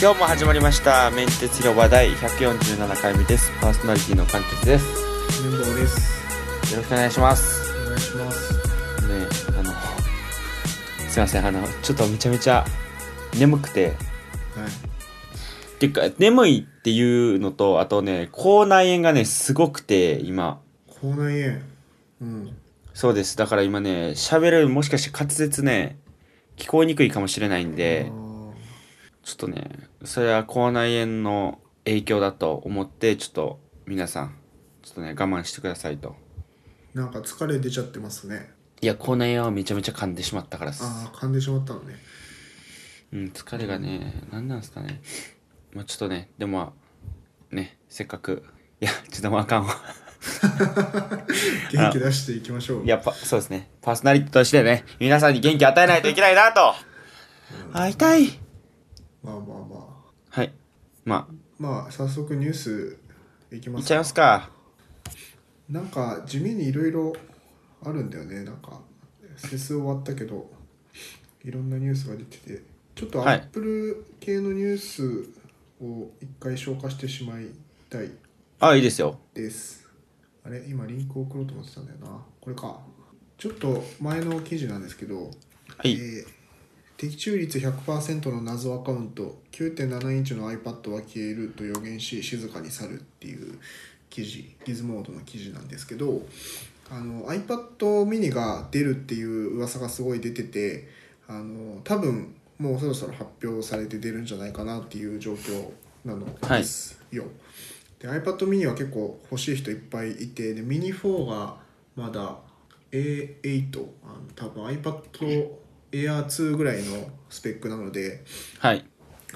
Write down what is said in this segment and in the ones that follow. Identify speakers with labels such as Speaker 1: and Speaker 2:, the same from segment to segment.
Speaker 1: 今日も始まりましたメンテツ広場第147回目ですパーソナリティの関鉄ですよ
Speaker 2: 面倒です。
Speaker 1: ろしくお願いしますね
Speaker 2: お願いします。
Speaker 1: あのすいませんあのちょっとめちゃめちゃ眠くて
Speaker 2: はい。
Speaker 1: っていうか眠いっていうのとあとね口内炎がねすごくて今
Speaker 2: 口内炎。うん。
Speaker 1: そうですだから今ね喋るもしかして滑舌ね聞こえにくいかもしれないんで、
Speaker 2: あー
Speaker 1: ちょっとね、それは口内炎の影響だと思って、ちょっと皆さん、ちょっとね、我慢してくださいと。
Speaker 2: なんか疲れ出ちゃってますね。
Speaker 1: いや、口内炎はめちゃめちゃ噛んでしまったからっす。
Speaker 2: ああ、噛んでしまったのね。
Speaker 1: うん、疲れがね、なんなんすかね。まあちょっとね、でもまあ、ね、せっかく、いや、ちょっともうあかんわ。
Speaker 2: 元気出していきましょ う。
Speaker 1: やっぱ、そうですね、パーソナリティとしてね、皆さんに元気与えないといけないなと。会いたい。
Speaker 2: まあまあまあ。
Speaker 1: はい。ま
Speaker 2: まあ、早速ニュースいき
Speaker 1: あ、
Speaker 2: ま
Speaker 1: いっ
Speaker 2: す
Speaker 1: ちゃいますか。
Speaker 2: なんか地味にいろいろあるんだよね。なんか、フェス終わったけど、いろんなニュースが出てて、ちょっと
Speaker 1: は
Speaker 2: ア
Speaker 1: い
Speaker 2: ップル系のニュースを一回消化してしまいたい
Speaker 1: あ、いいですよ。
Speaker 2: です。あれ今リンク送ろうと思ってたんだよな。これか。ちょっと前の記事なんですけど、
Speaker 1: はい。
Speaker 2: えー的中率100%の謎アカウント9.7インチの iPad は消えると予言し静かに去るっていう記事ギズモードの記事なんですけどあの iPad mini が出るっていう噂がすごい出ててあの多分もうそろそろ発表されて出るんじゃないかなっていう状況なのですよ。で iPad mini は結構欲しい人いっぱいいてで mini4 がまだ A8 あの多分 iPad Air2 ぐらいのスペックなので
Speaker 1: はい。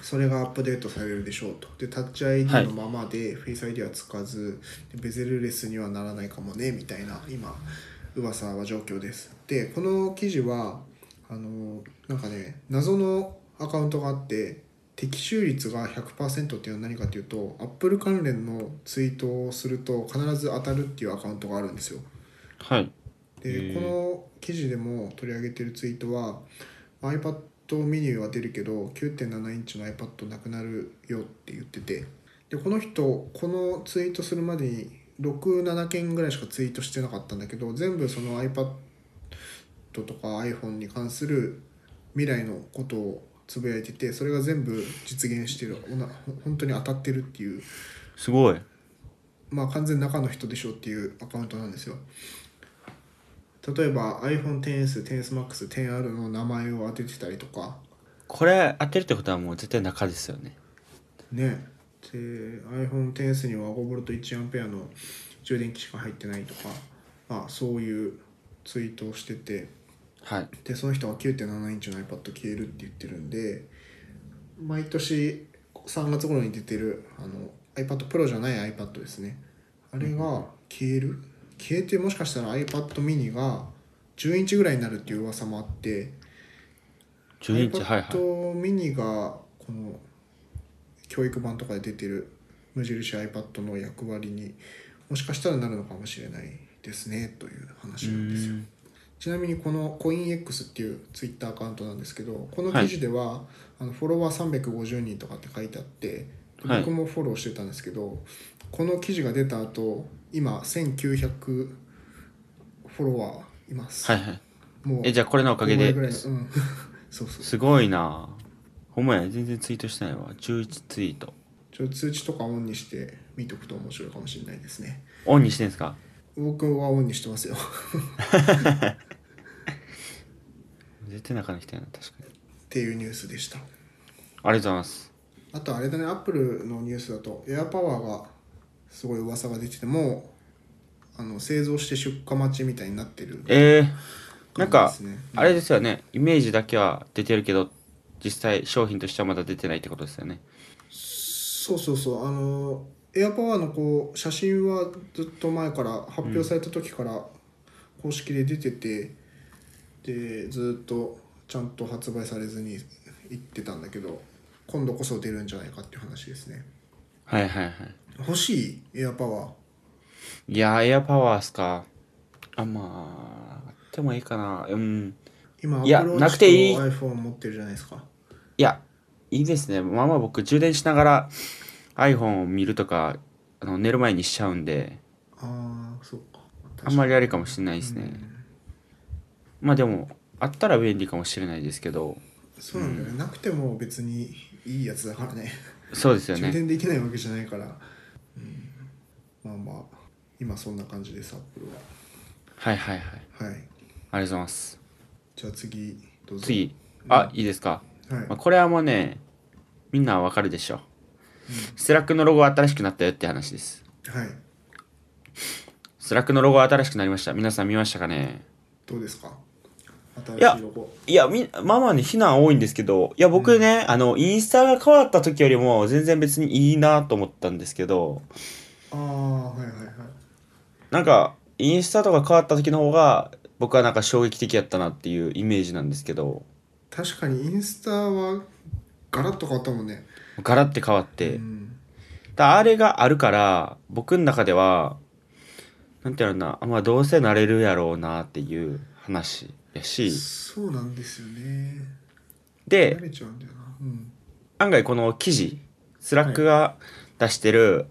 Speaker 2: それがアップデートされるでしょうとでタッチ
Speaker 1: は
Speaker 2: ID
Speaker 1: い
Speaker 2: のままでフェイス ID はつかずでベゼルレスにはならないかもねみたいな今噂は状況ですでこの記事はあのなんかね謎のアカウントがあって的中率が100%っていうのは何かというとアップル関連のツイートをすると必ず当たるっていうアカウントがあるんですよ
Speaker 1: はい。へ
Speaker 2: で
Speaker 1: ー
Speaker 2: この記事でも取り上げてるツイートは iPad mini は出るけど9.7インチの iPad なくなるよって言っててでこの人このツイートするまでに67件ぐらいしかツイートしてなかったんだけど全部その iPad とか iPhone に関する未来のことをつぶやいててそれが全部実現してるほなほ本当に当たってるっていう
Speaker 1: すごい。
Speaker 2: まあ完全に中の人でしょっていうアカウントなんですよ例えば iPhone10S、10SMAX、10R の名前を当ててたりとか
Speaker 1: これ当てるってことはもう絶対中ですよね。
Speaker 2: ねで iPhone10S には 5V1A の充電器しか入ってないとかまあそういうツイートをしてて
Speaker 1: はい。
Speaker 2: でその人は9.7インチの iPad 消えるって言ってるんで毎年3月頃に出てるあの iPad Pro じゃない iPad ですねあれが消える消えてもしかしたら iPad mini が10インチぐらいになるっていう噂もあって
Speaker 1: 10インチ、はいはい。
Speaker 2: iPad mini がこの教育版とかで出てる無印 iPad の役割にもしかしたらなるのかもしれないですねという話なんですよ。
Speaker 1: うん
Speaker 2: ちなみにこの CoinX っていうツイッターアカウントなんですけどこの記事では、あのフォロワー350人とかって書いてあって
Speaker 1: はい
Speaker 2: 僕もフォローしてたんですけど、この記事が出た後今1900フォロワーいます、
Speaker 1: はいはい。
Speaker 2: もう
Speaker 1: え、じゃあこれのおかげ
Speaker 2: これ
Speaker 1: で
Speaker 2: ぐ。らいのうん そうそう
Speaker 1: すごいなほんまや、全然ツイートしてないわ。11ツイート。
Speaker 2: ちょっと通知とかオンにして見とくと面白いかもしれないですね
Speaker 1: オンにしてんすか
Speaker 2: 僕はオンにしてますよ
Speaker 1: 絶対中に来たいな、確かに。
Speaker 2: っていうニュースでした
Speaker 1: ありがとうございます。
Speaker 2: あとあれだね、アップルのニュースだと、エアパワーがすごい噂が出てて、もうあの製造して出荷待ちみたいになってる。
Speaker 1: えー、なんか
Speaker 2: 感じですね、
Speaker 1: あれですよね。イメージだけは出てるけど、実際商品としてはまだ出てないってことですよね。
Speaker 2: そうそうそう、あの、エアパワーのこう写真はずっと前から、発表された時から公式で出てて、で、ずっとちゃんと発売されずに行ってたんだけど、今度こそ出るんじゃないかっていう話ですね。
Speaker 1: はいはいはい。
Speaker 2: 欲しいエアパワー。
Speaker 1: いやー、エアパワーっすか。あ、まあ、あってもいいかな。うん。
Speaker 2: 今、
Speaker 1: いや
Speaker 2: Apple Watch
Speaker 1: なくていい
Speaker 2: と iPhone 持ってるじゃないですか。
Speaker 1: いや、いいですねまあまあ僕充電しながら iPhone を見るとかあの寝る前にしちゃうんで
Speaker 2: ああそうか
Speaker 1: あんまりあれ
Speaker 2: か
Speaker 1: かもしれないですね、
Speaker 2: うん
Speaker 1: まあでもあったら便利かもしれないですけど
Speaker 2: そうなんだよね、なくても別にいいやつだからね
Speaker 1: そうですよ
Speaker 2: 充
Speaker 1: ね
Speaker 2: 電できないわけじゃないから、うん、まあまあ今そんな感じですアップル
Speaker 1: はいはいはいあり
Speaker 2: ははい
Speaker 1: がとうございます
Speaker 2: じゃあ次どうぞ
Speaker 1: 次あいいですか、
Speaker 2: はい
Speaker 1: まあ、これはもうねみんなわかるでしょスラックのロゴが新しくなったよって話です
Speaker 2: はい
Speaker 1: スラックのロゴが新しくなりました皆さん見ましたかね
Speaker 2: どうですか
Speaker 1: いや
Speaker 2: 新しいロゴ
Speaker 1: いやみまあまあね非難多いんですけどいや僕ね、あのインスタが変わった時よりも全然別にいいなと思ったんですけど
Speaker 2: ああはいはいはい
Speaker 1: なんかインスタとか変わった時の方が僕はなんか衝撃的やったなっていうイメージなんですけど
Speaker 2: 確かにインスタはガラッと変わったもんね
Speaker 1: ガラッて変わって、
Speaker 2: うん
Speaker 1: だあれがあるから僕の中ではなんていうのかなまあどうせなれるやろうなっていう話やし
Speaker 2: そうなんですよね
Speaker 1: で
Speaker 2: 慣れちゃうんだよなうん
Speaker 1: 案外この記事スラックが出してる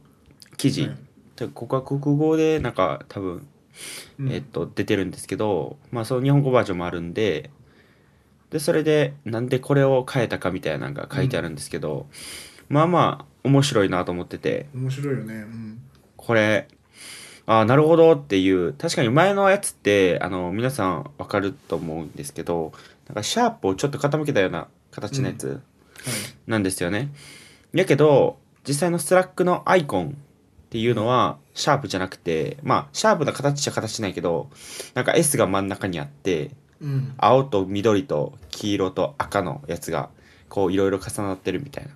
Speaker 1: 記事、
Speaker 2: はい
Speaker 1: でここは国語でなんか多分、
Speaker 2: うん
Speaker 1: えっと出てるんですけどまあその日本語バージョンもあるんででそれでなんでこれを変えたかみたいなのが書いてあるんですけど、まあまあ面白いなと思ってて
Speaker 2: 面白いよねうん
Speaker 1: これあーなるほどっていう確かに前のやつってあの皆さんわかると思うんですけどなんかシャープをちょっと傾けたような形のやつ、
Speaker 2: はい
Speaker 1: なんですよね。やけど、実際のスラックのアイコンっていうのは、シャープじゃなくて、まあ、シャープな形じゃ形ないけど、なんか S が真ん中にあって、
Speaker 2: うん
Speaker 1: 青と緑と黄色と赤のやつが、こういろいろ重なってるみたいな。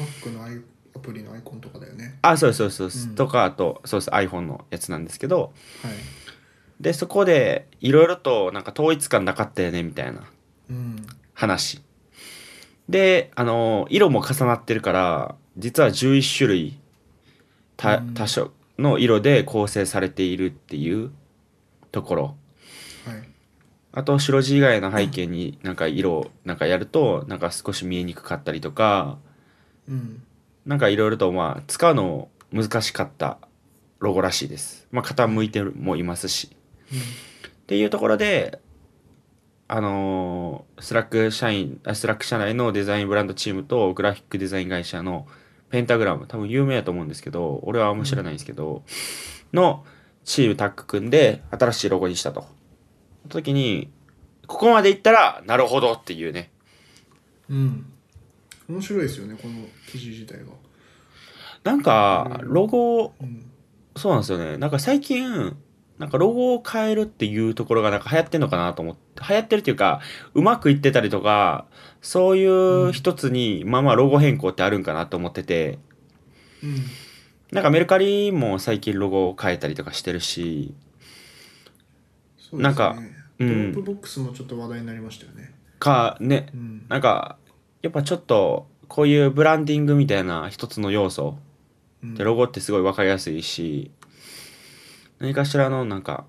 Speaker 2: Mac のアイアプリのアイコンとかだよね
Speaker 1: あ、そうですそうですそうです。
Speaker 2: うん
Speaker 1: とか、あと、そうです、iPhone のやつなんですけど、
Speaker 2: はい
Speaker 1: で、そこで、いろいろとなんか統一感なかったよね、みたいな
Speaker 2: うん
Speaker 1: 話。で、あの、色も重なってるから、実は11種類、た、
Speaker 2: うん
Speaker 1: 多色の色で構成されているっていうところ。
Speaker 2: はい
Speaker 1: あと、白地以外の背景になんか色をなんかやると、なんか少し見えにくかったりとか、
Speaker 2: うん
Speaker 1: なんかいろいろと、まあ、使うの難しかったロゴらしいです。まあ、傾いてもいますし。っていうところで、あのースラック社員、あスラック社内のデザインブランドチームとグラフィックデザイン会社のペンタグラム、多分有名やと思うんですけど、俺はあんま知らないんですけど、のチームタッグ組んで新しいロゴにしたと。その時に、ここまでいったら、なるほどっていうね。
Speaker 2: うん面白いですよねこの記事自体が
Speaker 1: なんか、ロゴ、
Speaker 2: うん
Speaker 1: そうなんですよね。なんか最近、なんかロゴを変えるっていうところがなんか流行ってんのかなと思って、流行ってるっていうか、うまくいってたりとか、そういう一つに、まあまあロゴ変更ってあるんかなと思ってて、
Speaker 2: うん
Speaker 1: なんかメルカリも最近ロゴを変えたりとかしてるし、
Speaker 2: そうですね
Speaker 1: なんかう
Speaker 2: ド
Speaker 1: ん
Speaker 2: ロップボックスもちょっと話題になりましたよね
Speaker 1: か、ね、
Speaker 2: うん
Speaker 1: なんか、やっぱちょっと、こういうブランディングみたいな一つの要素
Speaker 2: うん
Speaker 1: でロゴってすごい分かりやすいし何かしらのなんか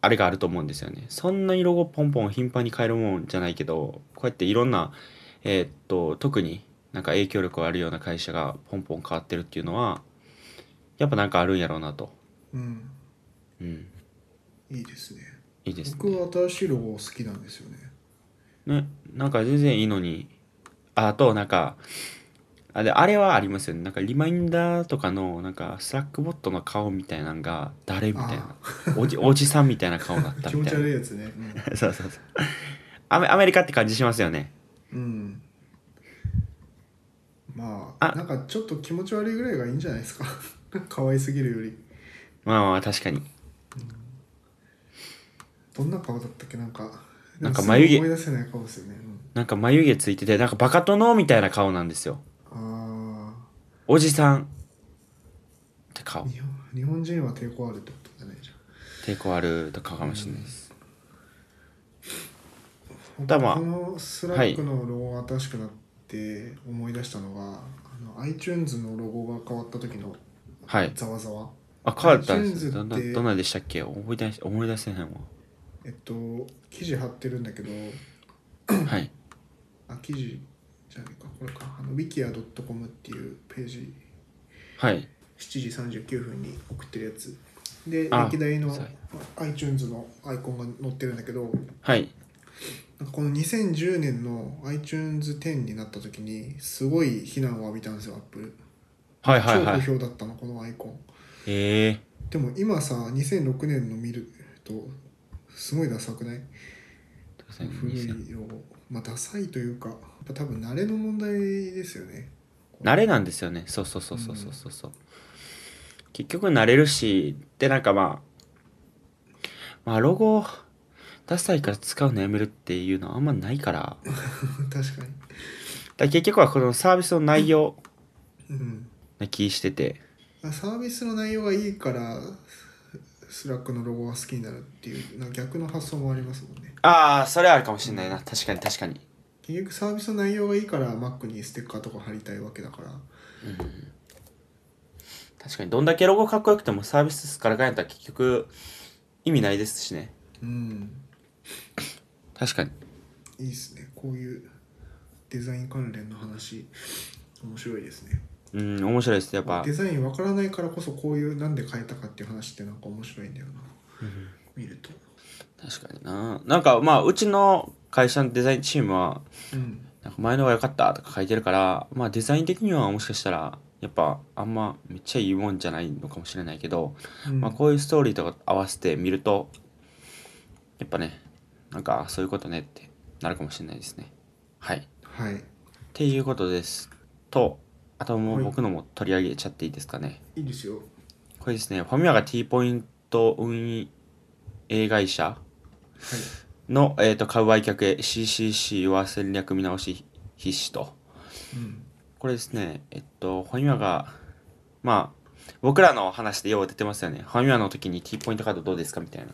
Speaker 1: あれがあると思うんですよねそんなにロゴポンポン頻繁に変えるもんじゃないけどこうやっていろんなえーっと特になんか影響力があるような会社がポンポン変わってるっていうのはやっぱなんかあるんやろうなと
Speaker 2: うん
Speaker 1: うん
Speaker 2: いいですね
Speaker 1: いいです
Speaker 2: 僕
Speaker 1: ね
Speaker 2: は新しいロゴ好きなんですよね
Speaker 1: ねなんか全然いいのにああとなんかあであれはありますよねなんかリマインダーとかのなんかスラックボットの顔みたいなのが誰みたいなおじおじさんみたいな顔だった
Speaker 2: 気
Speaker 1: みたい
Speaker 2: 持ち
Speaker 1: な
Speaker 2: 悪いやつね
Speaker 1: そうそうそうアメアメリカって感じしますよね
Speaker 2: うん、うんまあ
Speaker 1: あ
Speaker 2: なんかちょっと気持ち悪いぐらいがいいんじゃないですか 可愛すぎるより
Speaker 1: まあまあ確かに
Speaker 2: どんな顔だったっけなんか
Speaker 1: なんか眉毛
Speaker 2: すぐ思い出せない顔ですよね、
Speaker 1: なんか眉毛ついててなんかバカ殿みたいな顔なんですよ
Speaker 2: うん、あ
Speaker 1: おじさんって顔
Speaker 2: あ日本日本人は抵抗あるってことだねじゃあ
Speaker 1: 抵抗あるとかかもしれないです
Speaker 2: 僕
Speaker 1: だまあ
Speaker 2: このスラックのロゴが新しくなって思い出したのが、あの iTunes のロゴが変わった時の
Speaker 1: はい
Speaker 2: ざわざわ
Speaker 1: あ変わったんですよ
Speaker 2: iTunes
Speaker 1: どんな
Speaker 2: って
Speaker 1: どんなでしたっけ思い出し思い出せないわ
Speaker 2: えっと記事貼ってるんだけど
Speaker 1: はい
Speaker 2: あ記事じゃあいいかこれかあの wikia.com っていうページ
Speaker 1: はい。
Speaker 2: 7時39分に送ってるやつで
Speaker 1: あ
Speaker 2: 歴代の
Speaker 1: そう
Speaker 2: iTunes のアイコンが載ってるんだけど
Speaker 1: はい。
Speaker 2: なんかこの2010年の iTunes10 になった時にすごい非難を浴びたんですよアップル
Speaker 1: はい
Speaker 2: 超
Speaker 1: はいは
Speaker 2: 好
Speaker 1: い。
Speaker 2: 評だったのこのアイコン
Speaker 1: ええ
Speaker 2: でも今さ2006年の見るとすごいダサくない古いよまあダサいというかやっぱ多分慣れの問題ですよね
Speaker 1: 慣れなんですよねそうそうそうそうそうそうそう結局慣れるしでなんかまあまあロゴ出したいから使うのやめるっていうのはあんまないからだか
Speaker 2: 確かに
Speaker 1: ら結局はこのサービスの内容
Speaker 2: うん
Speaker 1: な気してて
Speaker 2: まあサービスの内容がいいからスラックのロゴが好きになるっていうなんか逆の発想もありますもんね
Speaker 1: ああそれはあるかもしれないな確かに確かに、
Speaker 2: 結局サービスの内容がいいから Mac にステッカーとか貼りたいわけだから
Speaker 1: うん、確かにどんだけロゴかっこよくてもサービスからかんやったら結局意味ないですしね
Speaker 2: うん
Speaker 1: 確かに
Speaker 2: いいですねこういうデザイン関連の話面白いですね
Speaker 1: うん面白いですやっぱ
Speaker 2: デザインわからないからこそこういうなんで変えたかっていう話ってなんか面白いんだよな見ると
Speaker 1: 確かにななんかまあうちの会社のデザインチームは
Speaker 2: うん
Speaker 1: なんか前の方が良かったとか書いてるからまあデザイン的にはもしかしたらやっぱあんまめっちゃいいもんじゃないのかもしれないけど、
Speaker 2: うん
Speaker 1: まあ、こういうストーリーとか合わせてみるとやっぱねなんかそういうことねってなるかもしれないですねはいっ
Speaker 2: はい
Speaker 1: ていうことですとあとも
Speaker 2: は
Speaker 1: う
Speaker 2: い
Speaker 1: 僕のも取り上げちゃっていいですかね、
Speaker 2: いいですよ
Speaker 1: これですねファミマが T ポイント運営会社
Speaker 2: はい
Speaker 1: の、えー、と買う売却へ CCC は戦略見直し必至と
Speaker 2: うん
Speaker 1: これですねえっとファミマがまあ僕らの話でよう出てますよねファミマの時に T ポイントカードどうですかみたいな
Speaker 2: う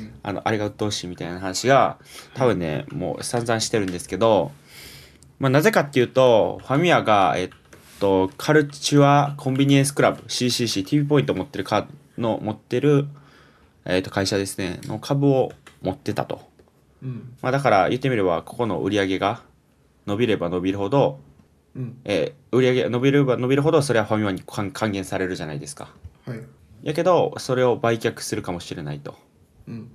Speaker 2: ん
Speaker 1: あのあれが鬱陶しいみたいな話が多分ねもう散々してるんですけど、まあ、なぜかっていうとファミマがえっとカルチュアコンビニエンスクラブ CCCTV ポイント持ってるカードの持ってる、えっと、会社ですねの株を持ってたと。
Speaker 2: うん
Speaker 1: まあ、だから言ってみればここの売り上げが伸びれば伸びるほど、
Speaker 2: うん
Speaker 1: えー売り上げが伸びれば伸びるほどそれはファミマに還還元されるじゃないですか
Speaker 2: はい
Speaker 1: やけどそれを売却するかもしれないとっ
Speaker 2: うん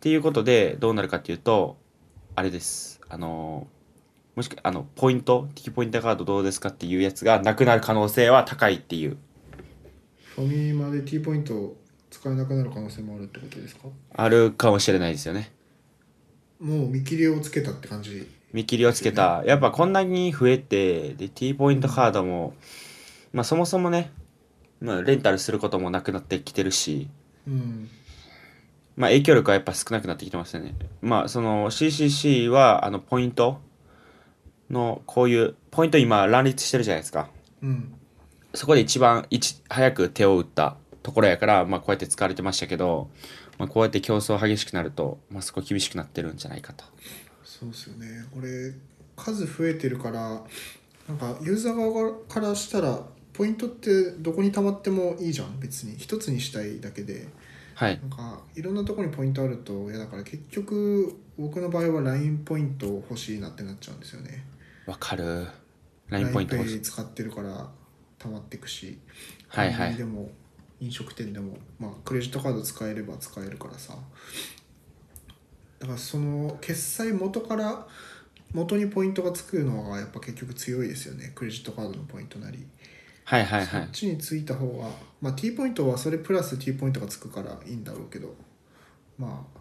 Speaker 1: ていうことでどうなるかっていうとあれですあのーもしくあのポイント T ポイントカードどうですかっていうやつがなくなる可能性は高いっていう
Speaker 2: ファミマで T ポイント使えなくなる可能性もあるってことですか
Speaker 1: あるかもしれないですよね
Speaker 2: もう見切りをつけたって感じ
Speaker 1: 見切りをつけたやっぱこんなに増えてで T ポイントカードも、まあ、そもそもね、まあ、レンタルすることもなくなってきてるし、
Speaker 2: うん
Speaker 1: まあ、影響力はやっぱ少なくなってきてますよねまあその CCC はあのポイントのこういうポイント今乱立してるじゃないですか
Speaker 2: うん
Speaker 1: そこで一番いち早く手を打ったところやから、まあ、こうやって使われてましたけど、まあ、こうやって競争激しくなると、まあ、そこ厳しくなってるんじゃないかと
Speaker 2: そうですよねこれ数増えてるからなんかユーザー側からしたらポイントってどこに溜まってもいいじゃん別に一つにしたいだけで
Speaker 1: はい
Speaker 2: なんかいろんなところにポイントあると嫌だから結局僕の場合は LINE ポイント欲しいなってなっちゃうんですよね
Speaker 1: わかる LINE ポイン
Speaker 2: LINE
Speaker 1: ト欲しい
Speaker 2: イ使ってるから溜まってくし
Speaker 1: はいはい
Speaker 2: コンビニでも飲食店でも、まあ、クレジットカード使えれば使えるからさだからその決済元から元にポイントがつくのがやっぱ結局強いですよねクレジットカードのポイントなり、
Speaker 1: はいはいは
Speaker 2: こ
Speaker 1: い
Speaker 2: っちについた方が、まあ、T ポイントはそれプラス T ポイントがつくからいいんだろうけどまあ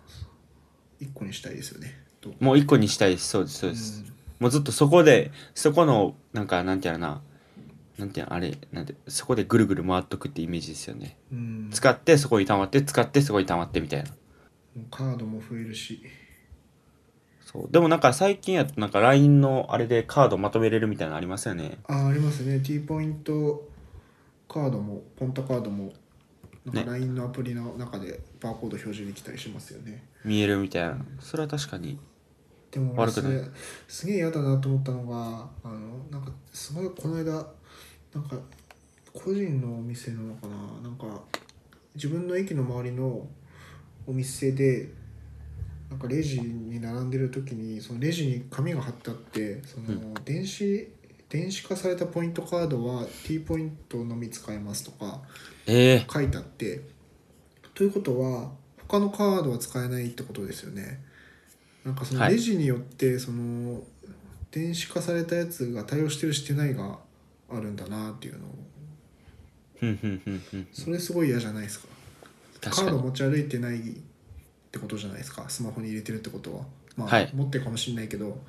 Speaker 2: 1個にしたいですよねと
Speaker 1: もう一個にしたいですそうですそうです、
Speaker 2: うん
Speaker 1: もうずっとそこでそこのなんかなんていうのかななんていうのあれなんてそこでぐるぐる回っとくってイメージですよね
Speaker 2: うん
Speaker 1: 使ってそこに溜まって使ってそこに溜まってみたいな
Speaker 2: もうカードも増えるし
Speaker 1: そうでもなんか最近やとなんか LINE のあれでカードまとめれるみたいなのありますよね
Speaker 2: あありますね T ポイントカードもポンタカードもなん
Speaker 1: ね
Speaker 2: か LINE のアプリの中でバーコード表示できたりしますよね
Speaker 1: 見えるみたいなそれは確かに
Speaker 2: でも俺
Speaker 1: 悪く
Speaker 2: そ
Speaker 1: ない
Speaker 2: れすげえ嫌だなと思ったのがあのなんかすごいこの間なんか個人のお店なのかななんか自分の駅の周りのお店でなんかレジに並んでる時にそのレジに紙が貼ってあってその電子電子化されたポイントカードは T ポイントのみ使えますとか
Speaker 1: ええ
Speaker 2: 書いてあってということは他のカードは使えないってことですよねなんかその
Speaker 1: はい
Speaker 2: レジによってその電子化されたやつが対応してるしてないがあるんだなっていうのを
Speaker 1: ふんふんふんふん
Speaker 2: それすごい嫌じゃないですか
Speaker 1: 確
Speaker 2: カ
Speaker 1: か
Speaker 2: ード
Speaker 1: に
Speaker 2: 持ち歩いてないってことじゃないですかスマホに入れてるってことはまあ、
Speaker 1: はい
Speaker 2: 持ってるかもしれないけど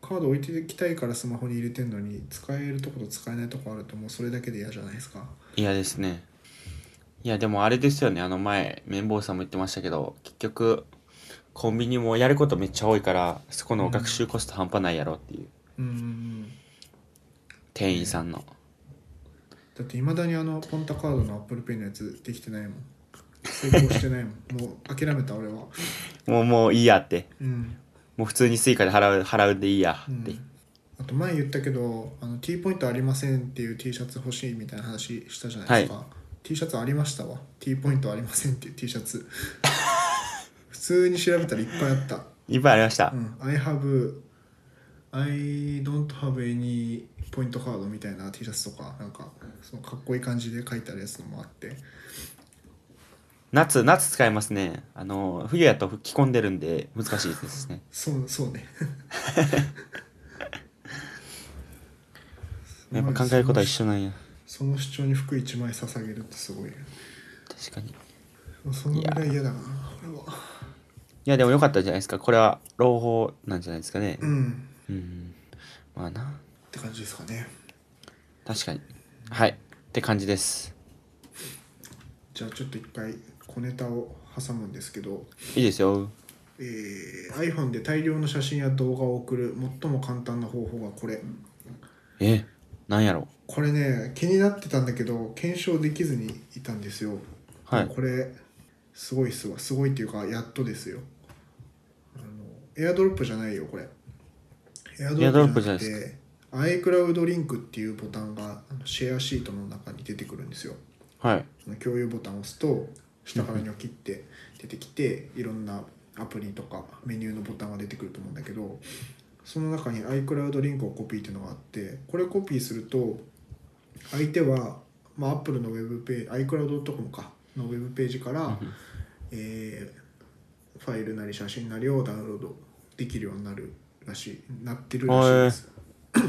Speaker 2: カード置いてきたいからスマホに入れてんのに使えるとこと使えないとこあるともうそれだけで嫌じゃないですか
Speaker 1: 嫌ですねいやでもあれですよねあの前綿棒さんも言ってましたけど結局コンビニもやることめっちゃ多いからそこの学習コスト半端ないやろっていう、
Speaker 2: うんうんうん
Speaker 1: 店員さんの
Speaker 2: だっていまだにあのポンタカードの ApplePay のやつできてないもん成功してないもんもう諦めた俺は
Speaker 1: もうもういいやって
Speaker 2: うん、
Speaker 1: もう普通にスイカで払う払うんでいいや
Speaker 2: う
Speaker 1: って、
Speaker 2: ん、あと前言ったけどあの T ポイントありませんっていう T シャツ欲しいみたいな話したじゃないですか、T シャツありましたわ T ポイントありませんっていう T シャツ 普通に調べたらいっぱいあった
Speaker 1: いっぱいありました、
Speaker 2: うん、I have I don't have any ポイントカードみたいな T シャツとかなんかそのかっこいい感じで書いてあるやつのもあって
Speaker 1: 夏夏使えますねあの冬やと着込んでるんで難しいですね
Speaker 2: そうそうね
Speaker 1: やっぱ考えることは一緒なんや
Speaker 2: その主張に服一枚捧げるってすごい
Speaker 1: 確かにい
Speaker 2: そのぐらい嫌だな俺は
Speaker 1: やでも良かったじゃないですかこれは朗報なんじゃないですかね
Speaker 2: うん
Speaker 1: うんまあな
Speaker 2: って感じですかね
Speaker 1: 確かにはいって感じです
Speaker 2: じゃあちょっと一回小ネタを挟むんですけど、
Speaker 1: いいですよ
Speaker 2: えー iPhone で大量の写真や動画を送る最も簡単な方法がこれ
Speaker 1: えなんやろ
Speaker 2: これね気になってたんだけど検証できずにいたんですよ
Speaker 1: はい
Speaker 2: これすごいっすわすごいっていうかやっとですよあのエアドロップじゃないよこれエアドロップじゃなく
Speaker 1: エアド
Speaker 2: て iCloud リンクっていうボタンがあのシェアシートの中に出てくるんですよ
Speaker 1: はい
Speaker 2: その共有ボタンを押すと下からニョキって出てきていろんなアプリとかメニューのボタンが出てくると思うんだけどその中に iCloud リンクをコピーっていうのがあってこれコピーすると相手は、まあ、Apple のウェブページ iCloud.com かのウェブページから、えーファイルなり写真なりをダウンロードできるようになるらしいなってるらしいです。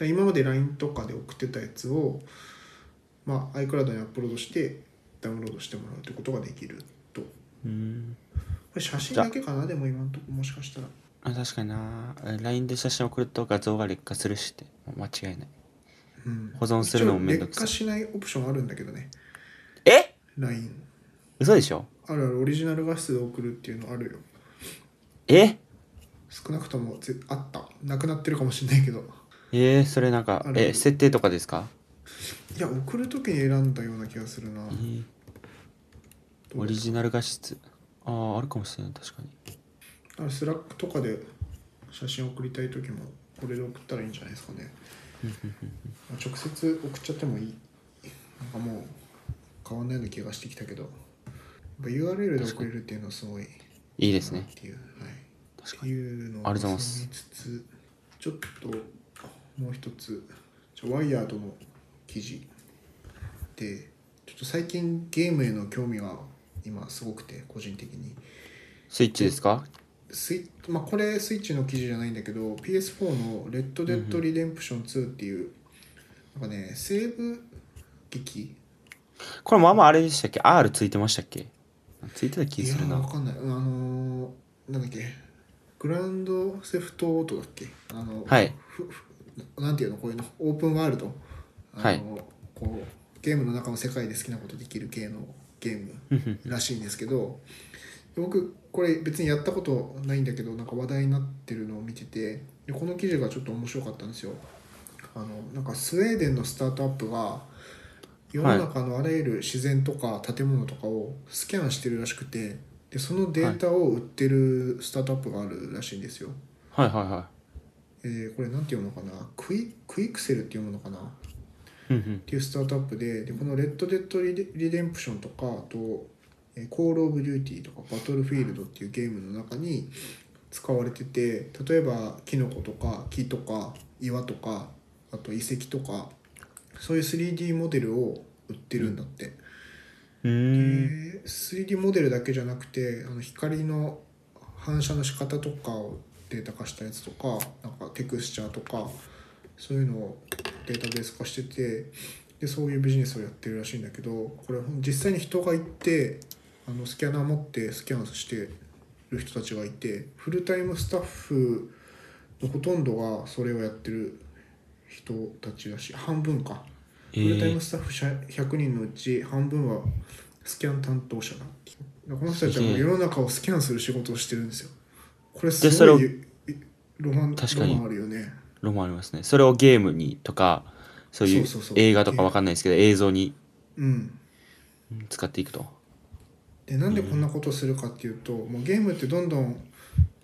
Speaker 2: で今まで LINE とかで送ってたやつを、まあ、iCloud にアップロードしてダウンロードしてもらうということができるとこ
Speaker 1: うん
Speaker 2: れ写真だけかなでも今のとこもしかしたら
Speaker 1: あ確かになえ LINE で写真送ると画像が劣化するしって間違いない
Speaker 2: うん
Speaker 1: 保存するのもめんどく
Speaker 2: 一応
Speaker 1: さ
Speaker 2: 劣化
Speaker 1: い
Speaker 2: しないオプションあるんだけどね
Speaker 1: え
Speaker 2: LINE
Speaker 1: 嘘でしょ
Speaker 2: あるあるオリジナル画質で送るっていうのあるよ
Speaker 1: え
Speaker 2: 少なくともぜあったなくなってるかもしれないけど
Speaker 1: えー、それなんか
Speaker 2: あ、る
Speaker 1: え、設定とかですか、
Speaker 2: いや送る時に選んだような気がするな
Speaker 1: えーオリジナル画質。ああ、あるかもしれない、確かに。
Speaker 2: あれスラックとかで写真送りたい時もこれで送ったらいいんじゃないですかねまあ直接送っちゃってもいいなんかもう変わんないような気がしてきたけどやっぱ URL で送れるっていうのはすごい
Speaker 1: いいですね
Speaker 2: っ。ていう、はい、
Speaker 1: 確
Speaker 2: ってい
Speaker 1: あ
Speaker 2: うの
Speaker 1: りがとうございます
Speaker 2: 挟みつつちょっともう一つじゃあワイヤードの記事でちょっと最近ゲームへの興味が今すごくて個人的に
Speaker 1: スイッチですか
Speaker 2: スイッまあ、これスイッチの記事じゃないんだけど PS4 の「レッド・デッド・リデンプション2」っていう、なんかね西部劇
Speaker 1: これもあんまあれでしたっけ ?R ついてましたっけついてた気
Speaker 2: いや
Speaker 1: する
Speaker 2: ーわ
Speaker 1: な。
Speaker 2: かんないあのー、なんだっけグランドセフトオートだっけあの
Speaker 1: はい
Speaker 2: ふふなんていうのこういうのオープンワールドあの
Speaker 1: はい
Speaker 2: こうゲームの中の世界で好きなことできる系のゲームらしいんですけど僕これ別にやったことないんだけどなんか話題になってるのを見ててでこの記事がちょっと面白かったんですよあのなんかスウェーデンのスタートアップが世の中のあらゆる自然とか建物とかをスキャンしてるらしくてでそのデータを売ってるスタートアップがあるらしいんですよ、
Speaker 1: はいはいは
Speaker 2: えーこれなんて読むのかなクイクイクセルって読むのかなっ
Speaker 1: い。うんうん
Speaker 2: ていうスタートアップででこの「レッド・デッドリデ・リデンプション」とかあと「えー「コール・オブ・デューティー」とか「バトルフィールド」っていうゲームの中に使われてて例えばキノコとか木とか岩とかあと遺跡とかそういう 3D モデルを売ってるんだって。
Speaker 1: うーん。
Speaker 2: で 3D モデルだけじゃなくてあの光の反射の仕方とかをデータ化したやつとかなんかテクスチャーとかそういうのをデータベース化しててでそういうビジネスをやってるらしいんだけどこれ実際に人が行ってあのスキャナー持ってスキャンしてる人たちがいてフルタイムスタッフのほとんどがそれをやってる人たちらしい半分か
Speaker 1: え
Speaker 2: フルタイ
Speaker 1: ー
Speaker 2: ム、スタッフ社100人のうち半分はスキャン担当者だこの人たちはもう世の中をスキャンする仕事をしてるんですよこれす
Speaker 1: でそれ
Speaker 2: ご
Speaker 1: を
Speaker 2: いいロマン
Speaker 1: 確かに
Speaker 2: ロマンあるよね
Speaker 1: ロマンありますね。それをゲームにとか、そういう
Speaker 2: そうそうそう
Speaker 1: 映画とかわかんないですけど、映像に
Speaker 2: うん
Speaker 1: うん使っていくと。
Speaker 2: でなんでこんなことをするかっていうともうゲームってどんどん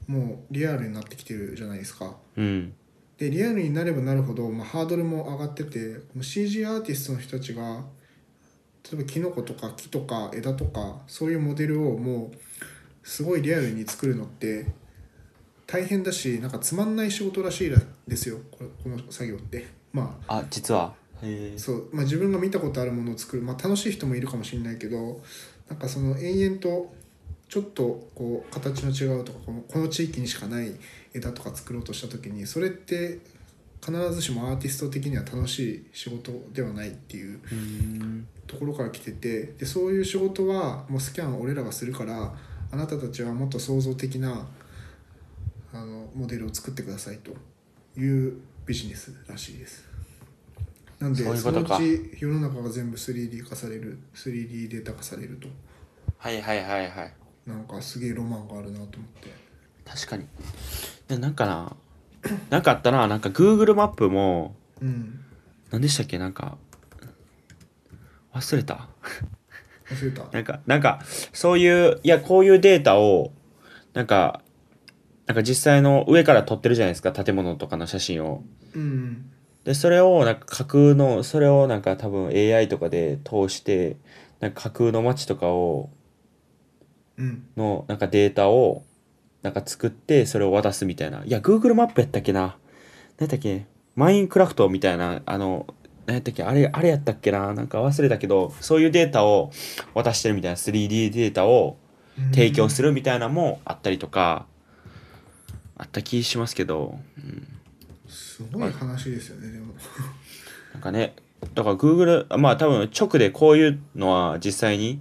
Speaker 2: もうリアルになってきてるじゃないですか
Speaker 1: うん。
Speaker 2: でリアルになればなるほど、まあ、ハードルも上がっててこの CG アーティストの人たちが例えばキノコとか木とか枝とかそういうモデルをもうすごいリアルに作るのって大変だしなんかつまんない仕事らしいらですよこれこの作業って。まあ
Speaker 1: あ、実は。へー
Speaker 2: そうまあ、自分が見たことあるものを作る、まあ、楽しい人もいるかもしれないけどなんかその延々とちょっとこう形の違うとかこのこの地域にしかない枝とか作ろうとした時にそれって必ずしもアーティスト的には楽しい仕事ではないっていう
Speaker 1: うーん。
Speaker 2: ところから来ててでそういう仕事はもうスキャンを俺らがするからあなたたちはもっと創造的なあのモデルを作ってくださいというビジネスらしいです。なんで
Speaker 1: そういう
Speaker 2: そ
Speaker 1: こと
Speaker 2: のう
Speaker 1: か
Speaker 2: ち世の中が全部 3D 化される 3D データ化されると
Speaker 1: はいはいはいはい。
Speaker 2: なんかすげえロマンがあるなと思って
Speaker 1: 確かに。で、なんかな、なんかあったな、なんか Google マップも、
Speaker 2: うん
Speaker 1: 何でしたっけなんか、忘れた。
Speaker 2: 忘れた
Speaker 1: なんか、なんか、そういう、いや、こういうデータを、なんか、なんか実際の上から撮ってるじゃないですか、建物とかの写真を。
Speaker 2: うん
Speaker 1: で、それを、なんか架空の、それをなんか多分 AI とかで通して、なんか架空の街とかを、
Speaker 2: うん
Speaker 1: の、なんかデータを、なんか作って、それを渡すみたいな。いや、Google マップやったっけな。何やったっけマインクラフトみたいな、あの、何やったっけあれ、あれやったっけななんか忘れたけど、そういうデータを渡してるみたいな、3D データを、
Speaker 2: うん
Speaker 1: 提供するみたいなのもあったりとか、あった気しますけど、うん、
Speaker 2: すごい話ですよねでも
Speaker 1: なんかねだから Google あまあ多分直でこういうのは実際に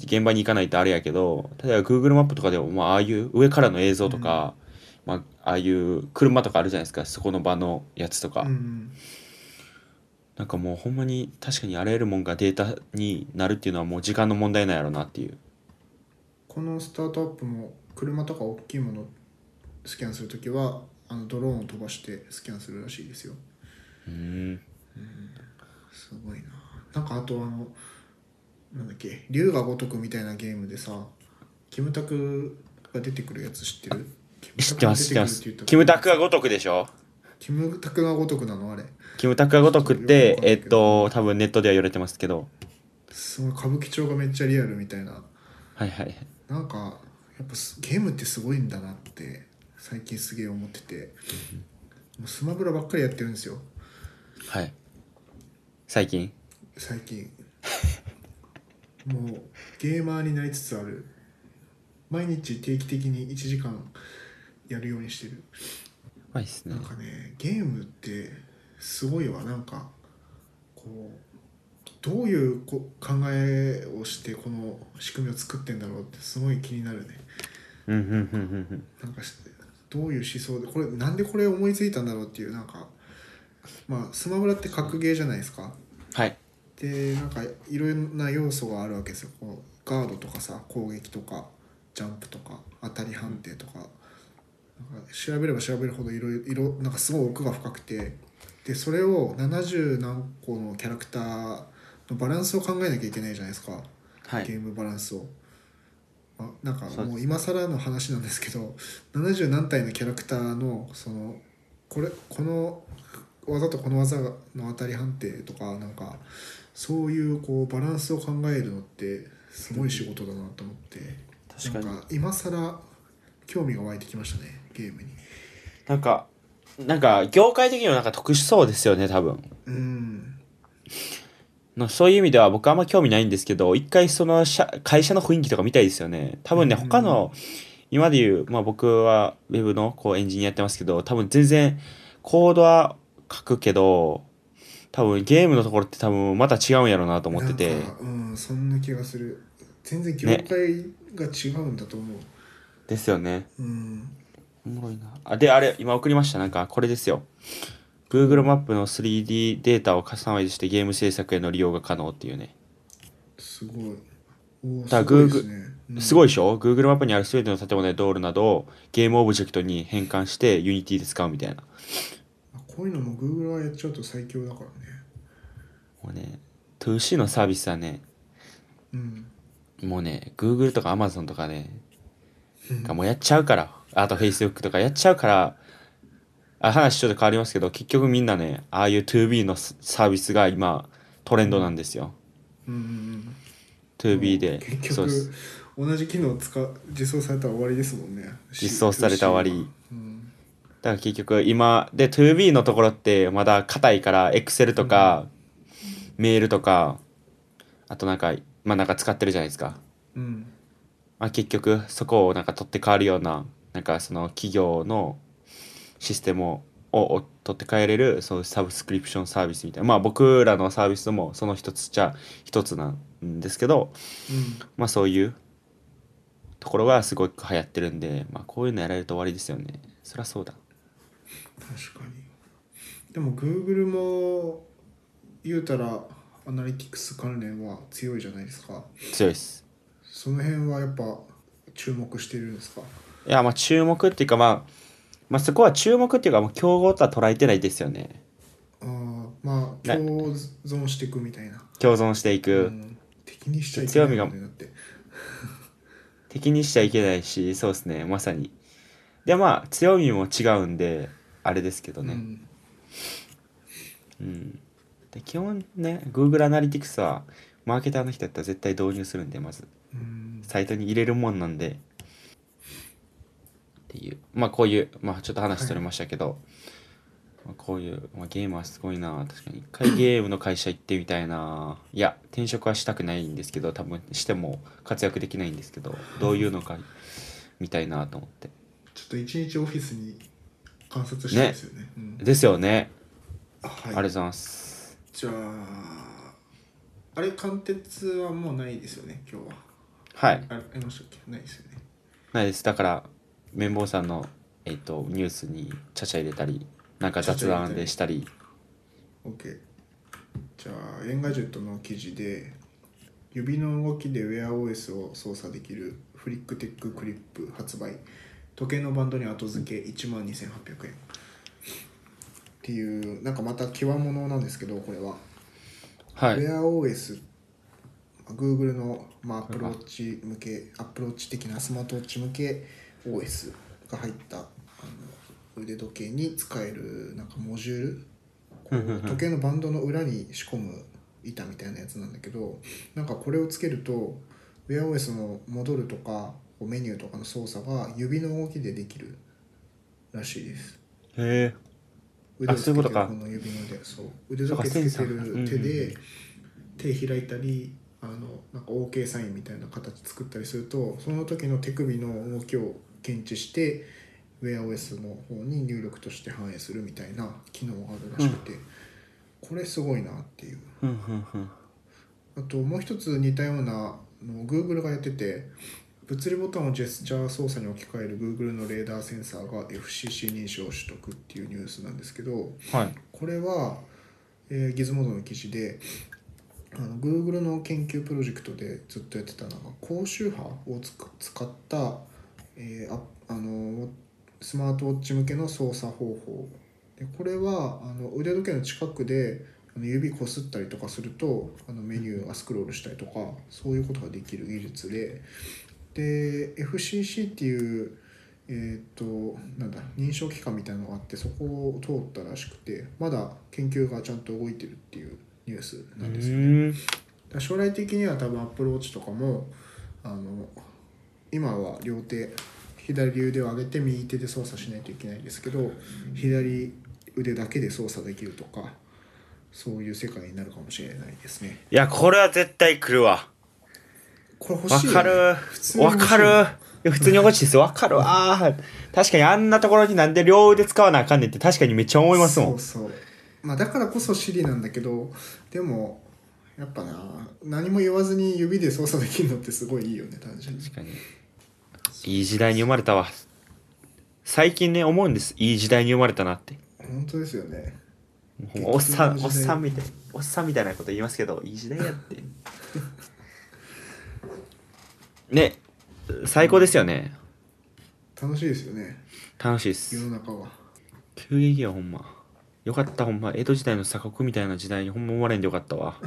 Speaker 1: 現場に行かないとあれやけど例えば Google マップとかでもまあああいう上からの映像とか、まあああいう車とかあるじゃないですかそこの場のやつとか、
Speaker 2: うん
Speaker 1: なんかもうほんまに確かにあらゆるもんがデータになるっていうのはもう時間の問題なんやろうなっていう
Speaker 2: このスタートアップも車とか大きいものスキャンするときはあのドローンを飛ばしてスキャンするらしいですよ
Speaker 1: うん
Speaker 2: すごいななんかあとあのなんだっけ龍が如くみたいなゲームでさキムタクが出てくるやつ知ってる
Speaker 1: 知ってます知ってますキ
Speaker 2: キ
Speaker 1: ム
Speaker 2: ムタ
Speaker 1: タ
Speaker 2: ク
Speaker 1: クがごとくでしょ
Speaker 2: キムタクが如くなのあれ
Speaker 1: キムタクがごとくって
Speaker 2: ちょっとよくわかんな
Speaker 1: え
Speaker 2: い
Speaker 1: っ
Speaker 2: けど
Speaker 1: と多分ネットでは言われてますけど
Speaker 2: すごい歌舞伎町がめっちゃリアルみたいな
Speaker 1: はいはいはい
Speaker 2: なんかやっぱすゲームってすごいんだなって最近すげえ思っててもうスマブラばっかりやってるんですよ
Speaker 1: はい。最近
Speaker 2: 最近もうゲーマーになりつつある毎日定期的に1時間やるようにしてる
Speaker 1: まいですね
Speaker 2: なん。かねゲームってすごいわなんかこうどういうこ考えをしてこの仕組みを作ってんだろうってすごい気になるね
Speaker 1: うんうんうんうんうん。
Speaker 2: なんかしどういう思想でこれなんでこれ思いついたんだろうっていうなんかまあスマブラって格ゲーじゃないですか
Speaker 1: はい。
Speaker 2: でなんかいろんな要素があるわけですよこうガードとかさ攻撃とかジャンプとか当たり判定とかなんか調べれば調べるほどいろいろなんかすごい奥が深くてでそれを70何個のキャラクターのバランスを考えなきゃいけないじゃないですか。
Speaker 1: は
Speaker 2: ゲ
Speaker 1: い。
Speaker 2: ームバランスを、まあ、なんか
Speaker 1: そうです
Speaker 2: もう今更の話なんですけど70何体のキャラクターのそのこれこの技とこの技の当たり判定とかなんかそういうこうバランスを考えるのってすごい仕事だなと思って
Speaker 1: 確かに
Speaker 2: なんか今更興味が湧いてきましたねゲームに
Speaker 1: なんかなんか業界的にもなんか特殊そうですよね多分
Speaker 2: うん
Speaker 1: のそういう意味では僕あんま興味ないんですけど一回その社会社の雰囲気とか見たいですよね多分ね
Speaker 2: うん
Speaker 1: 他の今で言う、まあ、僕はウェブのこうエンジニアやってますけど多分全然コードは書くけど多分ゲームのところって多分また違うんやろうなと思ってて
Speaker 2: なんかうんそんな気がする全然業界が違うんだと思う、
Speaker 1: ですよね
Speaker 2: うん
Speaker 1: おもろいなあであれ今送りましたなんかこれですよ Google マップの 3D データをカスタマイズしてゲーム制作への利用が可能っていうね
Speaker 2: すごいおー
Speaker 1: だ
Speaker 2: す
Speaker 1: か
Speaker 2: ご
Speaker 1: ら
Speaker 2: いですねうん
Speaker 1: すごいでしょ ?Google マップにある全ての建物や道路などをゲームオブジェクトに変換して Unity で使うみたいな。
Speaker 2: こういうのも Google はやっちゃうと最強だからね
Speaker 1: もうね、2C のサービスはね、
Speaker 2: うん
Speaker 1: もうね、Google とか Amazon とかね、
Speaker 2: うん
Speaker 1: がもうやっちゃうから、あと Facebook とかやっちゃうから、あ話ちょっと変わりますけど、結局みんなね、ああいう 2B のササービスが今トレンドなんですよ。
Speaker 2: うんうんうん
Speaker 1: 2B で。
Speaker 2: 結
Speaker 1: そうです
Speaker 2: 局同じ機能使う実装されたら終わりですもんね
Speaker 1: 実装された終わり、
Speaker 2: うん
Speaker 1: だから結局今で 2B のところってまだ硬いから Excel とかメールとかあとなんかまあなんか使ってるじゃないですか、
Speaker 2: うん、
Speaker 1: まあ、結局そこをなんか取って代わるようななんかその企業のシステムをを取って変えれるそういうサブスクリプションサービスみたいなまあ僕らのサービスもその一つじゃ一つなんですけど
Speaker 2: うん
Speaker 1: まあそういうところがすごく流行ってるんでまあこういうのやられると終わりですよねそりゃそうだ
Speaker 2: 確かにでも Google も言うたらアナリティクス関連は強いじゃないですか
Speaker 1: 強いです
Speaker 2: その辺はやっぱ注目してるんですか
Speaker 1: いやまあ注目っていうかまあまあそこは注目っていうかもう競合とは捉えてないですよね
Speaker 2: あーまあ
Speaker 1: ね
Speaker 2: 共存していくみたいな、
Speaker 1: 共存していく、
Speaker 2: うん敵にしちゃいけないよねだって
Speaker 1: 敵にしちゃいけないしそうですねまさにでまあ強みも違うんであれですけど
Speaker 2: う
Speaker 1: ね
Speaker 2: ん
Speaker 1: うん、で基本ね Google アナリティクスはマーケターの人だったら絶対導入するんでまず
Speaker 2: うん
Speaker 1: サイトに入れるもんなんでっていうまあこういうまあちょっと話しとれましたけど、まあこういう、まあ、ゲームはすごいな確かに一回ゲームの会社行ってみたいないや転職はしたくないんですけど多分しても活躍できないんですけどどういうのかみたいなと思って
Speaker 2: ちょっと一日オフィスに観察したいですよねうん
Speaker 1: ですよね、
Speaker 2: はい、
Speaker 1: ありがとうございます
Speaker 2: じゃああれ貫徹はもうないですよね今日は
Speaker 1: はい
Speaker 2: あありましたっけないですよね
Speaker 1: ないですだから綿棒さんのえっ、とニュースにちゃちゃ入れたりなんか雑談でしたり
Speaker 2: OK じゃあエンガジェットの記事で指の動きで WearOS を操作できるフリックテッククリップ発売時計のバンドに後付け1万2800円っていうなんかまた際物なんですけどこれは、
Speaker 1: はい
Speaker 2: WearOS Google の、まあ、アプローチ向けアプローチ的なスマートウォッチ向け OS が入ったあの腕時計に使えるなんかモジュール時計のバンドの裏に仕込む板みたいなやつなんだけどなんかこれをつけると WearOS の戻るとかメニューとかの操作が指の動きでできるらしいです
Speaker 1: へえ
Speaker 2: 腕をつ
Speaker 1: そ
Speaker 2: けて
Speaker 1: ういうこと
Speaker 2: る
Speaker 1: か
Speaker 2: この指の腕そう腕時計つけてる手で手開いたりあのなんか OK サインみたいな形作ったりするとその時の手首の動きを検知して WearOS の方に入力として反映するみたいな機能があるらしくて、これすごいなっていう
Speaker 1: ふんふんふん
Speaker 2: あともう一つ似たようなのを Google がやってて物理ボタンをジェスチャー操作に置き換える Google のレーダーセンサーが FCC 認証を取得っていうニュースなんですけど
Speaker 1: はい
Speaker 2: これは、えー、ギズモードの記事であの Google の研究プロジェクトでずっとやってたのが高周波をつか使った、えーああのスマートウォッチ向けの操作方法でこれはあの腕時計の近くであの指こすったりとかするとあのメニューがスクロールしたりとかそういうことができる技術でで FCC っていうえー、となんだ認証機関みたいなのがあってそこを通ったらしくてまだ研究がちゃんと動いてるっていうニュースなんですよ
Speaker 1: ん
Speaker 2: だから将来的には多分 Apple Watch とかもあの今は両手左腕を上げて右手で操作しないといけないですけど左腕だけで操作できるとかそういう世界になるかもしれないですね
Speaker 1: いや、これは絶対来るわ。
Speaker 2: これ欲
Speaker 1: わ
Speaker 2: しいよね
Speaker 1: かる
Speaker 2: 普通。に
Speaker 1: わ
Speaker 2: 欲しい
Speaker 1: かる。いや普通に欲しいですよ。わかるわ。確かにあんなところになんで両腕使わなあかんねんって確かにめっちゃ思いますもん。
Speaker 2: そうそうまあだからこそ Siri なんだけどでもやっぱな何も言わずに指で操作できるのってすごいいいよね単純に
Speaker 1: 確かに。いい時代に生まれたわ。最近ね、思うんです。いい時代に生まれたなって。
Speaker 2: 本当ですよね
Speaker 1: もうおっさん、
Speaker 2: 激
Speaker 1: お
Speaker 2: 動の
Speaker 1: っ
Speaker 2: 時代
Speaker 1: さんみたい。おっさんみたいなこと言いますけど、いい時代や って。ね、最高ですよね。
Speaker 2: 楽しいですよね
Speaker 1: 楽しいで
Speaker 2: 世
Speaker 1: す。
Speaker 2: の中は
Speaker 1: 急激や、ほんま。よかった、ほんま。江戸時代の鎖国みたいな時代にほんま生まれんでよかった わ。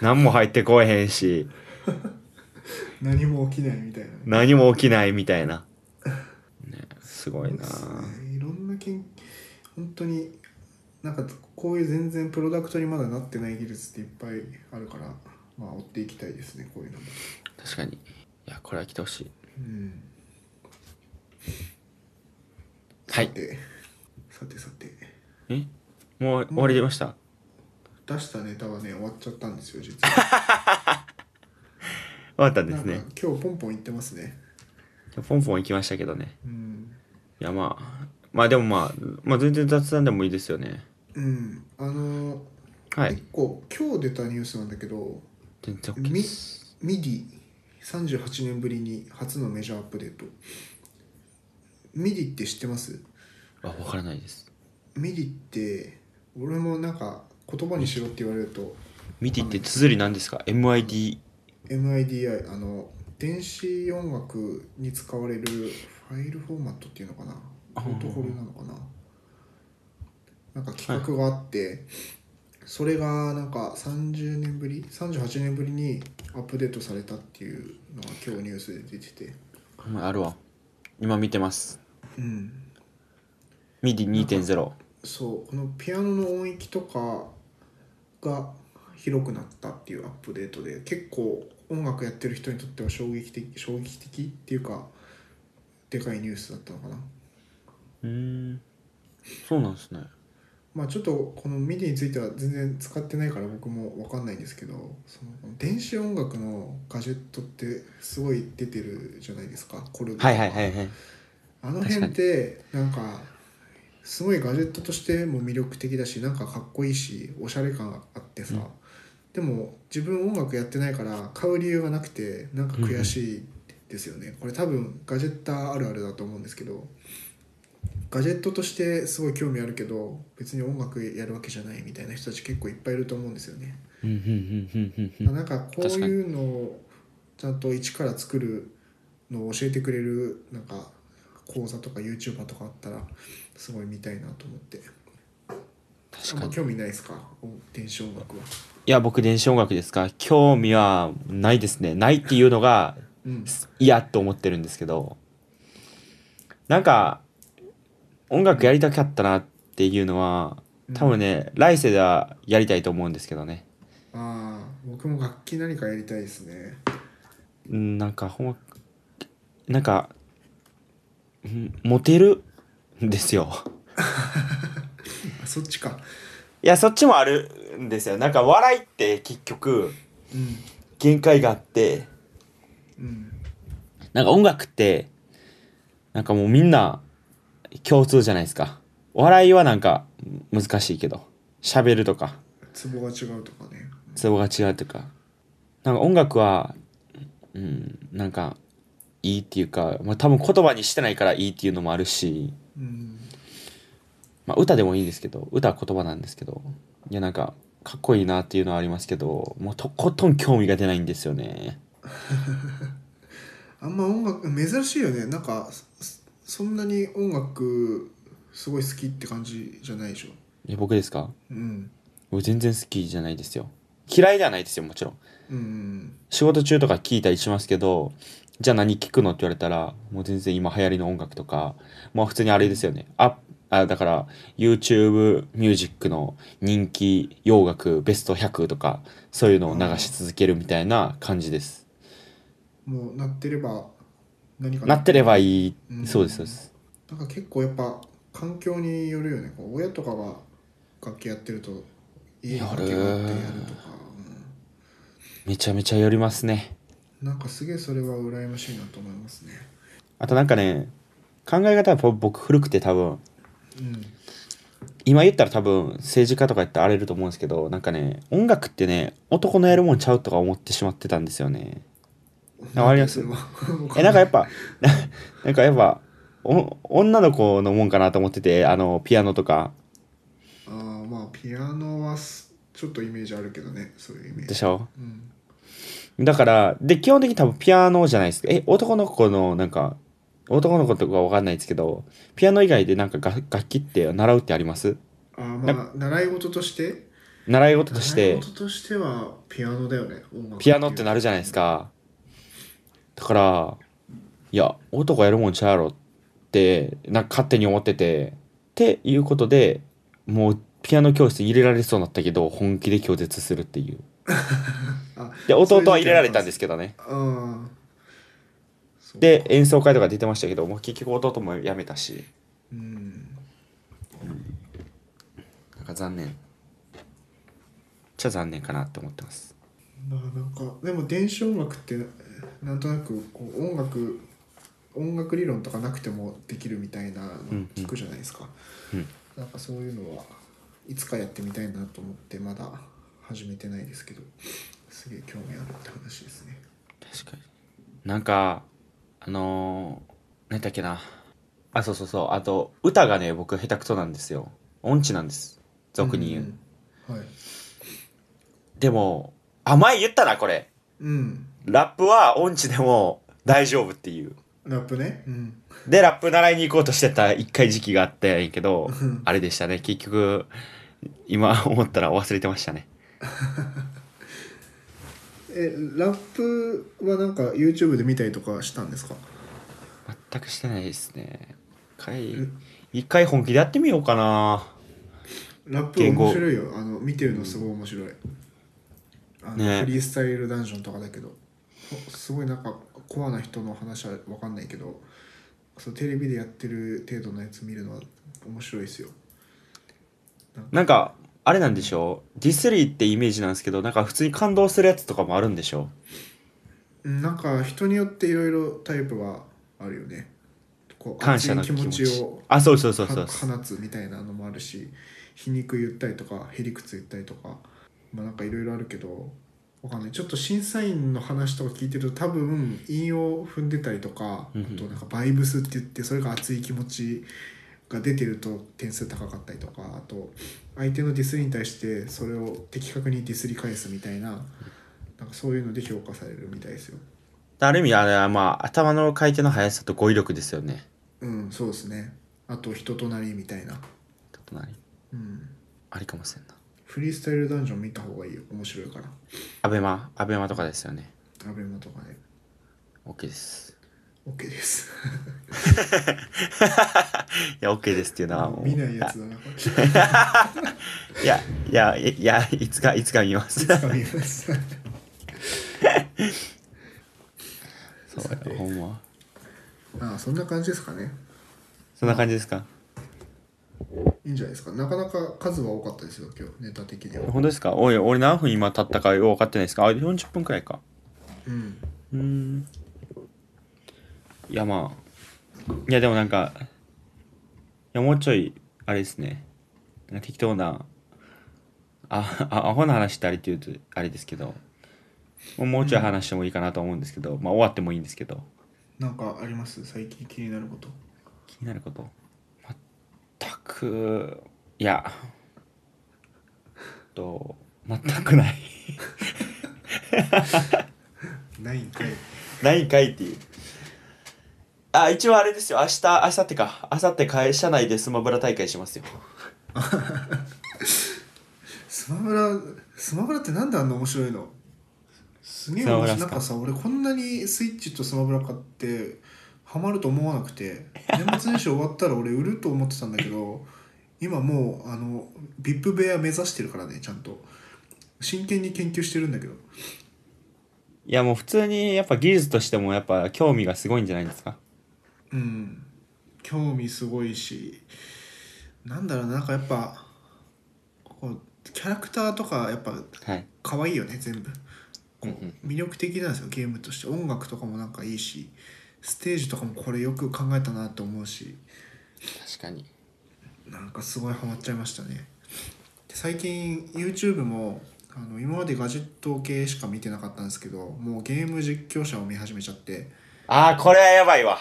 Speaker 1: 何も入ってこえへんし、
Speaker 2: 何も起きないみたいなね
Speaker 1: 何も起きないみたいな。ね、すごい
Speaker 2: そう
Speaker 1: な
Speaker 2: ですねいろんな研本当になんかこういう全然プロダクトにまだなってない技術っていっぱいあるからまあ追っていきたいですねこういうのも、
Speaker 1: 確かに。いや、これは来てほしい。
Speaker 2: うん、
Speaker 1: はい
Speaker 2: さてさてさて
Speaker 1: えもう終わりました、
Speaker 2: 出したネタはね終わっちゃったんですよ実は
Speaker 1: 終わった んで
Speaker 2: なん
Speaker 1: す
Speaker 2: か
Speaker 1: ね。
Speaker 2: 今日ポンポン言ってますね
Speaker 1: ポンポン行きましたけどね。
Speaker 2: うん、
Speaker 1: いやまあまあでもまあ、まあ、全然雑談でもいいですよね
Speaker 2: うん、あの
Speaker 1: は
Speaker 2: 一
Speaker 1: い
Speaker 2: 個今日出たニュースなんだけど
Speaker 1: 全然 OK です
Speaker 2: ミディ38年ぶりに初のメジャーアップデートミディって知ってます
Speaker 1: あ分からないです
Speaker 2: ミディって俺もなんか言葉にしろって言われると
Speaker 1: 見ていって綴り何ですか MID
Speaker 2: MIDI あの電子音楽に使われるファイルフォーマットっていうのかな
Speaker 1: あー
Speaker 2: ポートフォリオなのかななんか企画があって、それがなんか30年ぶり38年ぶりにアップデートされたっていうのが今日ニュースで出てて
Speaker 1: うんあるわ今見てます
Speaker 2: うん
Speaker 1: ミディ2.0
Speaker 2: そうこのピアノの音域とかが広くなったっていうアップデートで結構音楽やってる人にとっては衝撃的衝撃的っていうかでかいニュースだったのかな
Speaker 1: うーんそうなんですね
Speaker 2: まあちょっとこの MIDI については全然使ってないから僕も分かんないんですけどその電子音楽のガジェットってすごい出てるじゃないですかコルドとか
Speaker 1: はいはいはいはい
Speaker 2: あの辺ってなんかすごいガジェットとしても魅力的だしなんかかっこいいしおしゃれ感あってさ、
Speaker 1: うん
Speaker 2: でも自分音楽やってないから買う理由がなくてなんか悔しいですよね、これ多分ガジェッターあるあるだと思うんですけどガジェットとしてすごい興味あるけど別に音楽やるわけじゃないみたいな人たち結構いっぱいいると思うんですよね。
Speaker 1: うんうんうんうんうんうん
Speaker 2: なんかこういうのをちゃんと一から作るのを教えてくれるなんか講座とか YouTuber とかあったらすごい見たいなと思って
Speaker 1: 確か
Speaker 2: あんま
Speaker 1: にい
Speaker 2: 興味ないですかお電子音楽は
Speaker 1: や僕電子音楽ですか興味はないですねないっていうのが
Speaker 2: うん
Speaker 1: 嫌と思ってるんですけどなんか音楽やりたかったなっていうのは多分ね、来世ではやりたいと思うんですけどね
Speaker 2: ああ僕も楽器何かやりたいですね
Speaker 1: うんなんかほんまなんかうんモテるんですよ
Speaker 2: あそっちか
Speaker 1: いやそっちもあるんですよなんか笑いって結局
Speaker 2: うん
Speaker 1: 限界があって
Speaker 2: うん
Speaker 1: なんか音楽ってなんかもうみんな共通じゃないですか笑いはなんか難しいけど喋るとか
Speaker 2: ツボが違うとかね
Speaker 1: ツボが違うとかなんか音楽はうんなんかいいっていうか、まあ、多分言葉にしてないからいいっていうのもあるし、
Speaker 2: うん
Speaker 1: まあ、歌でもいいんですけど歌は言葉なんですけどいやなんかかっこいいなっていうのはありますけどもうとことん興味が出ないんですよね
Speaker 2: あんま音楽珍しいよねなんかそそんなに音楽すごい好きって感じじゃないでしょ
Speaker 1: え僕ですか
Speaker 2: うん
Speaker 1: 僕全然好きじゃないですよ嫌いではないですよもちろん
Speaker 2: うん
Speaker 1: 仕事中とか聞いたりしますけどじゃあ何聞くのって言われたらもう全然今流行りの音楽とかまあ普通にあれですよねアッあだから YouTube ミュージックの人気洋楽ベスト100とかそういうのを流し続けるみたいな感じです。
Speaker 2: もうなってれば何か
Speaker 1: なってればいい、
Speaker 2: うん
Speaker 1: そうですそうです。
Speaker 2: なんか結構やっぱ環境によるよねこう親とかが楽器やってると家に楽器があってやるとか、
Speaker 1: めちゃめちゃ寄りますね。
Speaker 2: うんなんかすげえそれは羨ましいなと思いますね
Speaker 1: あとなんかね考え方はぼ僕古くて多分
Speaker 2: うん
Speaker 1: 今言ったら多分政治家とか言ったら荒れると思うんですけどなんかね音楽ってね男のやるもんちゃうとか思ってしまってたんですよね。あわかります
Speaker 2: それは
Speaker 1: えなんかやっぱ ななんかやっぱお女の子のもんかなと思っててあのピアノとか
Speaker 2: あーまあピアノはすちょっとイメージあるけどねそういうイメー
Speaker 1: で
Speaker 2: ジ、
Speaker 1: しょ
Speaker 2: うん、
Speaker 1: だからで基本的に多分ピアノじゃないですかえ男の子のなんか男の子とかわかんないですけどピアノ以外でなんか楽楽器って習うってあります
Speaker 2: あーまあ習い事として
Speaker 1: 習い事とし
Speaker 2: 習
Speaker 1: て
Speaker 2: い事としてはピアノだよね音楽
Speaker 1: ピアノってなるじゃないですかだからいや男やるもんちゃうやろってなんか勝手に思っててっていうことでもうピアノ教室入れられそうになったけど本気で拒絶するっていう
Speaker 2: あ
Speaker 1: で
Speaker 2: そういう時期
Speaker 1: 弟は入れられたんですけどね
Speaker 2: あーそう
Speaker 1: で演奏会とか出てましたけどもう結局弟も辞めたし
Speaker 2: うん
Speaker 1: なんか残念じゃ残念かなって思ってます
Speaker 2: まあなんかでも電子音楽ってなんとなくこう音楽音楽理論とかなくてもできるみたいなの
Speaker 1: うん
Speaker 2: 聞くじゃないですか、
Speaker 1: うん
Speaker 2: なんかそういうのはいつかやってみたいなと思ってまだ始めてないですけどすげえ興味あるって話ですね
Speaker 1: 確かになんかあのー、何だっけなあそうそうそうあと歌がね僕下手くそなんですよ音痴なんです俗に言う、
Speaker 2: うんはい
Speaker 1: でもあ前言ったなこれ
Speaker 2: うん
Speaker 1: ラップは音痴でも大丈夫っていう
Speaker 2: ラップねうん
Speaker 1: でラップ習いに行こうとしてた一回時期があったんやけど
Speaker 2: うん
Speaker 1: あれでしたね結局今思ったら忘れてましたね
Speaker 2: えラップはなんか YouTube で見たりとかしたんですか
Speaker 1: 全くしてないですね一回
Speaker 2: うん
Speaker 1: 一回本気でやってみようかな
Speaker 2: ラップ
Speaker 1: 言語
Speaker 2: 面白いよあの見てるのすごい面白い、あの
Speaker 1: ね
Speaker 2: フリースタイルダンジョンとかだけどほすごいなんかコアな人の話は分かんないけどそうテレビでやってる程度のやつ見るのは面白いですよ
Speaker 1: なんかあれなんでしょうディスリーってイメージなんですけどなんか普通に感動するやつとかもあるんでしょ
Speaker 2: うんなんか人によっていろいろタイプがあるよねこ
Speaker 1: う
Speaker 2: う
Speaker 1: 感謝の
Speaker 2: 熱
Speaker 1: 気
Speaker 2: い
Speaker 1: 持ち
Speaker 2: 気持ちを
Speaker 1: あそうそうそうそう
Speaker 2: は放つみたいなのもあるし皮肉言ったりとかへりくつ言ったりとかまあなんかいろいろあるけどわかんないちょっと審査員の話とか聞いてると多分陰を踏んでたりとか
Speaker 1: うんうん
Speaker 2: あとなんかバイブスって言ってそれが熱い気持ちが出てると点数高かったりとかあと相手のディスりに対してそれを的確にディスり返すみたいななんかそういうので評価されるみたいですよ。
Speaker 1: ある意味あれはまあ頭の回転の速さと語彙力ですよね
Speaker 2: うん、そうですね。あと人となりみたいな。
Speaker 1: ちょっと何
Speaker 2: うん。
Speaker 1: ありかもしれんな
Speaker 2: フリースタイルダンジョン見た方がいいよ。面白いから。
Speaker 1: アベマアベマとかですよね
Speaker 2: アベマとかで
Speaker 1: OK です
Speaker 2: OK です。
Speaker 1: いや OK ですっていうのはもう
Speaker 2: 見ないやつだな。これ
Speaker 1: いやいやいやいつかいつか見 ます
Speaker 2: つかみます。
Speaker 1: そうよほんま
Speaker 2: ああ、そんな感じですかね。
Speaker 1: そんな感じですか
Speaker 2: いいんじゃないですか。なかなか数は多かったですよ、今日、ネタ的には。
Speaker 1: 本当ですかおい俺何分今経ったか分かってないですかあ40分くらいか
Speaker 2: うん。
Speaker 1: うーんいやまあいやでもなんかいやもうちょいあれですねなんか適当なああアホな話ってあれって言うとあれですけどもうもうちょい話してもいいかなと思うんですけど、まあ終わってもいいんですけど
Speaker 2: なんかあります最近気になること。
Speaker 1: 気になること全くいやと全くない
Speaker 2: ないんかい。
Speaker 1: ないんかいっていうあ一応あれですよ明日明後日か明後日会社内でスマブラ大会しますよ
Speaker 2: スマブラ、スマブラってなんであんな面白いのすげえ
Speaker 1: スマブ
Speaker 2: 面
Speaker 1: ラっ
Speaker 2: 白
Speaker 1: す
Speaker 2: い。な
Speaker 1: か
Speaker 2: んかさ、俺こんなにスイッチとスマブラ買って、ハマると思わなくて年末年始終わったら俺売ると思ってたんだけど今もうあの VIP 部屋目指してるからねちゃんと真剣に研究してるんだけど
Speaker 1: いやもう普通にやっぱ技術としてもやっぱ興味がすごいんじゃないですか
Speaker 2: うん興味すごいしなんだろうななんかやっぱこうキャラクターとかやっぱ
Speaker 1: はい
Speaker 2: 可愛いよね全部
Speaker 1: う
Speaker 2: こ
Speaker 1: んうん
Speaker 2: う魅力的なんですよゲームとして音楽とかもなんかいいしステージとかもこれよく考えたなと思うし
Speaker 1: 確かに
Speaker 2: なんかすごいハマっちゃいましたねで最近 YouTube もあの今までガジェット系しか見てなかったんですけどもうゲーム実況者を見始めちゃって
Speaker 1: ああこれはやばいわ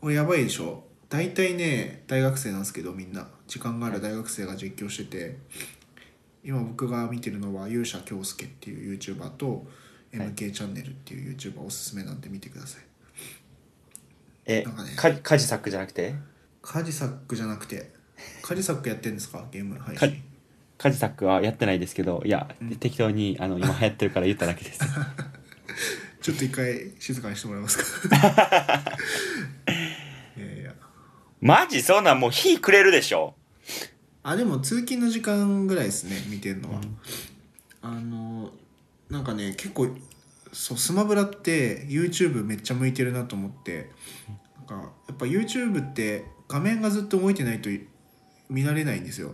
Speaker 2: これやばいでしょ大体ね大学生なんですけどみんな時間がある大学生が実況してて今僕が見てるのは勇者京介っていう YouTuber と
Speaker 1: はい
Speaker 2: MK チャンネルっていう YouTuber おすすめなんで見てください
Speaker 1: え
Speaker 2: なんかね
Speaker 1: かカジサックじゃなくて
Speaker 2: カジサックじゃなくてカジサックやってんですかゲーム配信
Speaker 1: カジサックはやってないですけどいや、適当にあの今流行ってるから言っただけです
Speaker 2: ちょっと一回静かにしてもらえますか いやいや
Speaker 1: マジそんなんもう火くれるでしょ
Speaker 2: あでも通勤の時間ぐらいですね見てるのは、あのなんかね結構そうスマブラって YouTube めっちゃ向いてるなと思ってなんかやっぱ YouTube って画面がずっと動いてないとい見られないんですよ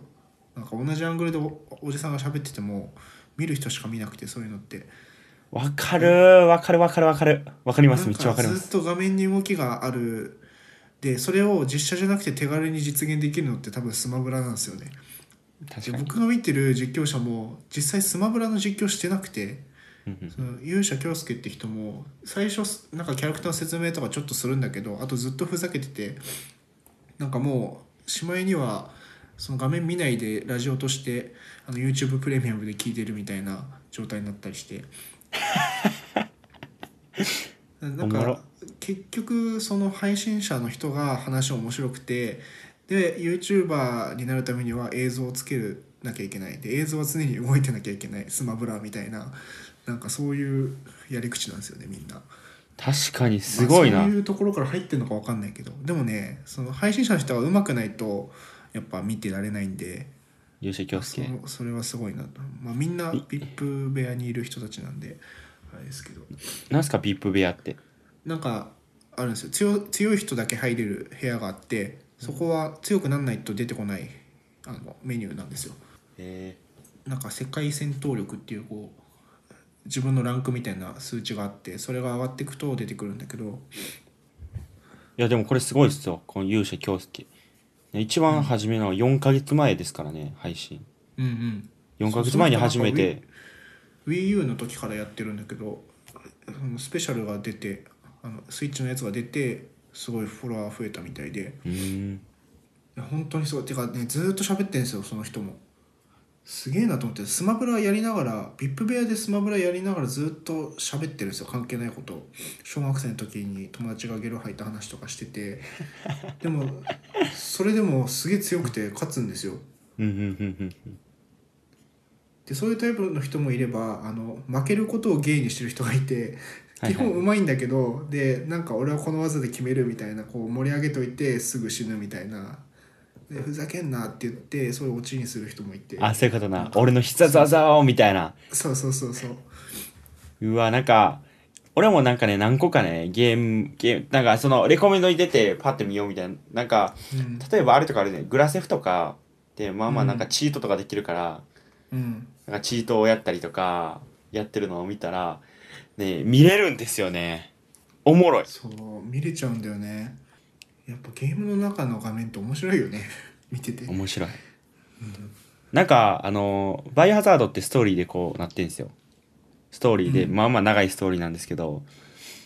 Speaker 2: なんか同じアングルでおおじさんが喋ってても見る人しか見なくてそういうのって
Speaker 1: わかるーわかるわかるわかるわかります
Speaker 2: な
Speaker 1: め
Speaker 2: ん
Speaker 1: っちゃわかりま
Speaker 2: ず
Speaker 1: す
Speaker 2: っと画面に動きがあるでそれを実写じゃなくて手軽に実現できるのって多分スマブラなんですよねで
Speaker 1: 確かに
Speaker 2: 僕が見てる実況者も実際スマブラの実況してなくて
Speaker 1: うんうん
Speaker 2: その勇者京介って人も最初すなんかキャラクターの説明とかちょっとするんだけどあとずっとふざけててなんかもうしまいにはその画面見ないでラジオとしてあの YouTube プレミアムで聞いてるみたいな状態になったりして ななん
Speaker 1: おもろ
Speaker 2: か結局その配信者の人が話面白くてで YouTuber になるためには映像をつけるなきゃいけないで映像は常に動いてなきゃいけないスマブラみたいななんかそういうやり口なんですよねみんな
Speaker 1: 確かにすごい
Speaker 2: まあ
Speaker 1: な
Speaker 2: そういうところから入ってるのか分かんないけどでもねその配信者の人が上手くないとやっぱ見てられないんで
Speaker 1: 勇者京
Speaker 2: そ
Speaker 1: 介
Speaker 2: のそれはすごいなと、まあ、みんな VIP 部屋にいる人たちなんであれですけど
Speaker 1: なんすかビップ部屋って
Speaker 2: なんかあるんですよ強強い人だけ入れる部屋があってそこは強くなんないと出てこないあのメニューなんですよ
Speaker 1: え
Speaker 2: なんか世界戦闘力っていうこう自分のランクみたいな数値があってそれが上がっていくと出てくるんだけど
Speaker 1: いやでもこれすごいっすよこの勇者京介ね一番初めの4ヶ月前ですからね配信
Speaker 2: うんうん
Speaker 1: 4ヶ月前に初め
Speaker 2: そうそう
Speaker 1: て
Speaker 2: WiiU の時からやってるんだけどそのスペシャルが出てあのスイッチのやつが出てすごいフォロワー増えたみたいで
Speaker 1: うーん
Speaker 2: いや本当にすごいてかねずーっと喋ってんですよその人もすげえなと思ってスマブラやりながら VIP 部屋でスマブラやりながらずーっと喋ってるんですよ関係ないことを小学生の時に友達がゲロ吐いた話とかしててでもそれでもすげえ強くて勝つんですよ
Speaker 1: うんうんうんうんうん
Speaker 2: でそういうタイプの人もいればあの負けることを芸にしてる人がいて
Speaker 1: はいはい
Speaker 2: 基本うまいんだけど、でなんか俺はこの技で決めるみたいなこう盛り上げといてすぐ死ぬみたいなでふざけんなって言ってそういうオチにする人もいて
Speaker 1: あそういうことな俺の必殺技をみたいな
Speaker 2: そうそうそうそう
Speaker 1: うわなんか俺もなんかね何個かねゲームゲームなんかそのレコメンドに出てパッて見ようみたいななんか
Speaker 2: うん、
Speaker 1: 例えばあれとかあるねグラセフとかでまあまあなんかチートとかできるから、
Speaker 2: うん、
Speaker 1: なんかチートをやったりとかやってるのを見たらね見れるんですよねおもろい
Speaker 2: そう見れちゃうんだよねやっぱゲームの中の画面って面白いよね 見てて
Speaker 1: 面白いなんかあの「バイオハザード」ってストーリーでこうなってんですよストーリーで、
Speaker 2: うん
Speaker 1: まあまあ長いストーリーなんですけど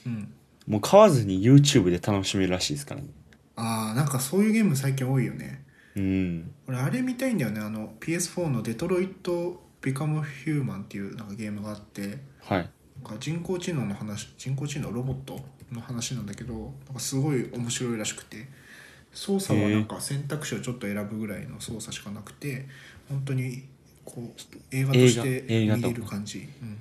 Speaker 2: うん
Speaker 1: もう買わずに YouTube で楽しめるらしいですからね
Speaker 2: あーなんかそういうゲーム最近多いよね
Speaker 1: うん
Speaker 2: 俺あれ見たいんだよねあの PS4 の「デトロイト・ビカム・ヒューマン」っていうなんかゲームがあって
Speaker 1: はい
Speaker 2: なんか人工知能の話人工知能ロボットの話なんだけどなんかすごい面白いらしくて操作はなんか選択肢をちょっと選ぶぐらいの操作しかなくて本当にこう映画として
Speaker 1: 映画映画
Speaker 2: 見
Speaker 1: と
Speaker 2: れる感じ、うん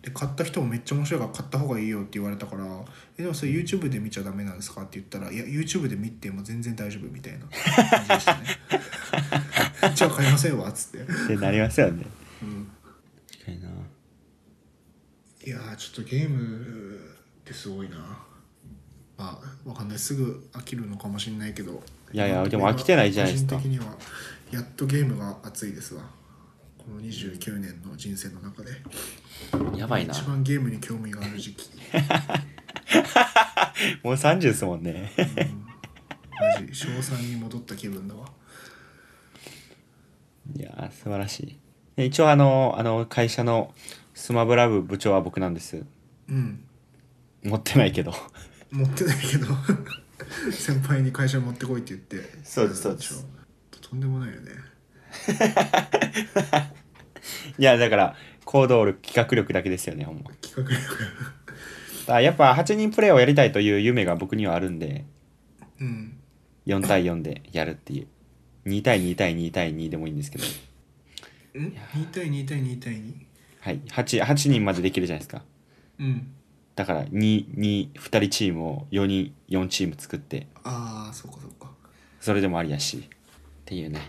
Speaker 2: で買った人もめっちゃ面白いから買った方がいいよって言われたから「えでもそれ YouTube で見ちゃダメなんですか?」って言ったら「いや YouTube で見ても全然大丈夫」みたいな感じ でしたね 「じゃあ買いませんわ」っつって、
Speaker 1: ってなりますよね
Speaker 2: うん、
Speaker 1: 確かにない
Speaker 2: やーちょっとゲームってすごいなまあわかんないすぐ飽きるのかもしれないけど
Speaker 1: いやいやでも飽きてないじゃないですか
Speaker 2: 個人的にはやっとゲームが熱いですわこの29年の人生の中で
Speaker 1: やばいな
Speaker 2: 一番ゲームに興味がある時期
Speaker 1: もう30ですもんね
Speaker 2: マジ賞賛に戻った気分だわ
Speaker 1: いやー素晴らしいで一応あのあの会社のスマブラ部部長は僕なんです
Speaker 2: うん
Speaker 1: 持ってないけど
Speaker 2: 持ってないけど 先輩に会社持ってこいって言って
Speaker 1: そうですそうです
Speaker 2: とんでもないよね
Speaker 1: いやだから行動力企画力だけですよねほんま
Speaker 2: 企画力
Speaker 1: あやっぱ8人プレイをやりたいという夢が僕にはあるんで
Speaker 2: うん
Speaker 1: 4対4でやるっていう2対2対2対2でもいいんですけど
Speaker 2: ん2対2対2対2
Speaker 1: はい、8, 8人までできるじゃないですか
Speaker 2: うん
Speaker 1: だから222人チームを4人4チーム作って
Speaker 2: ああそうかそうか
Speaker 1: それでもありやしっていうね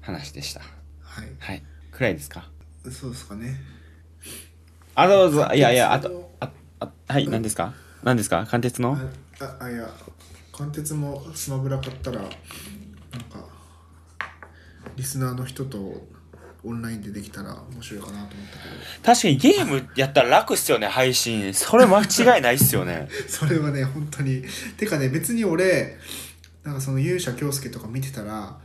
Speaker 1: 話でした
Speaker 2: はい
Speaker 1: はいくらいですか
Speaker 2: そうですかね
Speaker 1: あどうぞいやいやあ
Speaker 2: その
Speaker 1: とああはい何ですか何ですか貫徹の
Speaker 2: あああいや貫徹もスマブラ買ったらなんかリスナーの人とオンラインでできたら面白いかなと思ったけど
Speaker 1: 確かにゲームやったら楽っすよね配信それ間違いないっすよね
Speaker 2: それはね本当にてかね別に俺なんかその勇者恭介とか見てたら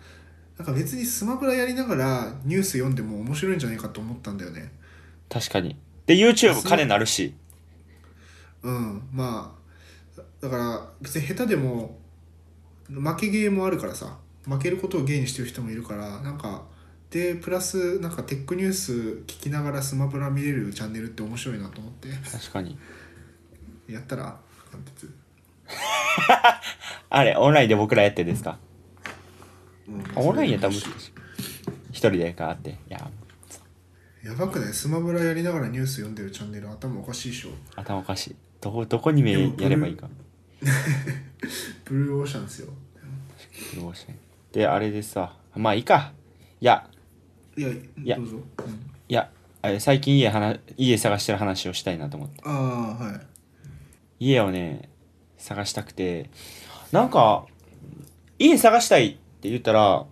Speaker 2: なんか別にスマブラやりながらニュース読んでも面白いんじゃないかと思ったんだよね
Speaker 1: 確かにで YouTube 金なるし
Speaker 2: うんまあだから別に下手でも負けゲーもあるからさ負けることを芸にしてる人もいるからなんかでプラスなんかテックニュース聞きながらスマブラ見れるチャンネルって面白いなと思って
Speaker 1: 確かに
Speaker 2: やったら完結
Speaker 1: あれオンラインで僕らやってですか
Speaker 2: うん
Speaker 1: あオンラインやったら難しい一人でかあっていや
Speaker 2: やばくないスマブラやりながらニュース読んでるチャンネル頭おかしいでしょ
Speaker 1: 頭おかしいどこどこに目
Speaker 2: でも
Speaker 1: やればいいか
Speaker 2: ブルーオーシャンですよ
Speaker 1: どうしないであれでさまあいいかいや
Speaker 2: いや
Speaker 1: いや
Speaker 2: どうぞ、うん
Speaker 1: いやあれ最近家はな家探してる話をしたいなと思って
Speaker 2: ああはい
Speaker 1: 家をね探したくてなんか家探したいって言ったら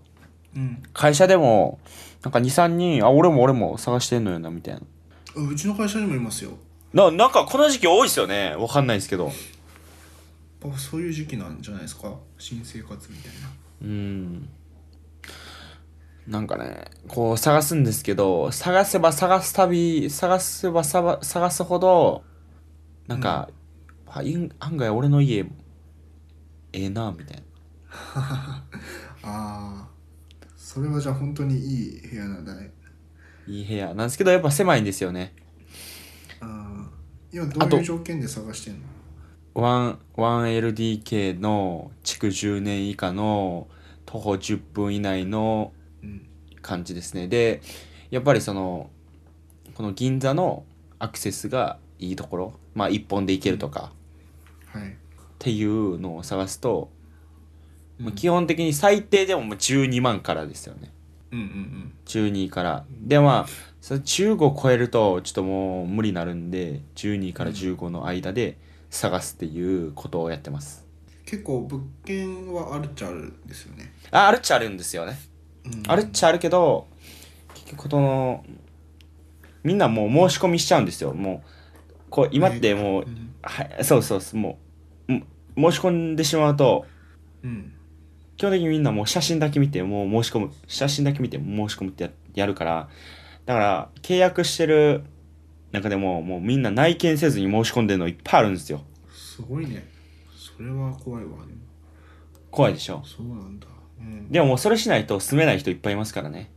Speaker 2: うん
Speaker 1: 会社でもなんか23人あ俺も俺も探してんのよなみたいな
Speaker 2: あうちの会社にもいますよ
Speaker 1: ななんかこの時期多いですよねわかんないですけど
Speaker 2: やっぱそういう時期なんじゃないですか新生活みたいな
Speaker 1: うんなんかねこう探すんですけど探せば探すたび探せばさば探すほどなんか、あいん案外俺の家ええなみたいな
Speaker 2: ああそれはじゃあ本当にいい部屋なんだね
Speaker 1: いい部屋なんですけどやっぱ狭いんですよね
Speaker 2: あー今ど
Speaker 1: あ
Speaker 2: うい
Speaker 1: と
Speaker 2: う条件で探してんの
Speaker 1: 1- 1LDK の築10年以下の徒歩10分以内の
Speaker 2: うん
Speaker 1: 感じですねでやっぱりそのこの銀座のアクセスがいいところまあ一本で行けるとか、
Speaker 2: はい
Speaker 1: っていうのを探すと、まあ
Speaker 2: うん
Speaker 1: 基本的に最低でももう12万からですよね
Speaker 2: うんうん
Speaker 1: 12からでまあそれ15超えるとちょっともう無理になるんで12から15の間で探すっていうことをやってます
Speaker 2: うん結構物件はあるっちゃあるんですよね、
Speaker 1: ああるっちゃあるんですよね
Speaker 2: うん
Speaker 1: あるっちゃあるけど結局このみんなもう申し込みしちゃうんですよもうこう今ってもう、
Speaker 2: うん
Speaker 1: はい、そうそうそうもうん申し込んでしまうと
Speaker 2: うん
Speaker 1: 基本的にみんなもう写真だけ見てもう申し込む写真だけ見て申し込むってややるからだから契約してる中でももうみんな内見せずに申し込んでるのいっぱいあるんですよ
Speaker 2: すごいねそれは怖いわでも
Speaker 1: 怖いでしょ
Speaker 2: そうなんだうん
Speaker 1: でももうそれしないと住めない人いっぱいいますからね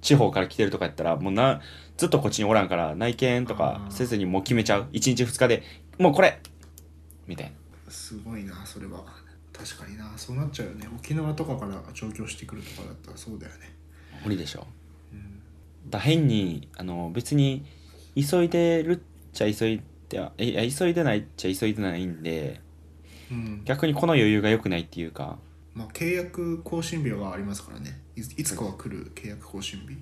Speaker 1: 地方から来てるとかやったらもうなずっとこっちにおらんから内見とかせずにもう決めちゃう1日2日でもうこれみたいな
Speaker 2: すごいなそれは確かになそうなっちゃうよね沖縄とかから上京してくるとかだったらそうだよね
Speaker 1: 無理でしょ
Speaker 2: うん
Speaker 1: だ変にあの別に急いでるちゃ急いではえいや急いでないっちゃ急いでないんで
Speaker 2: うん
Speaker 1: 逆にこの余裕が良くないっていうか
Speaker 2: まあ、契約更新日はありますからねいついつかは来る契約更新日
Speaker 1: っ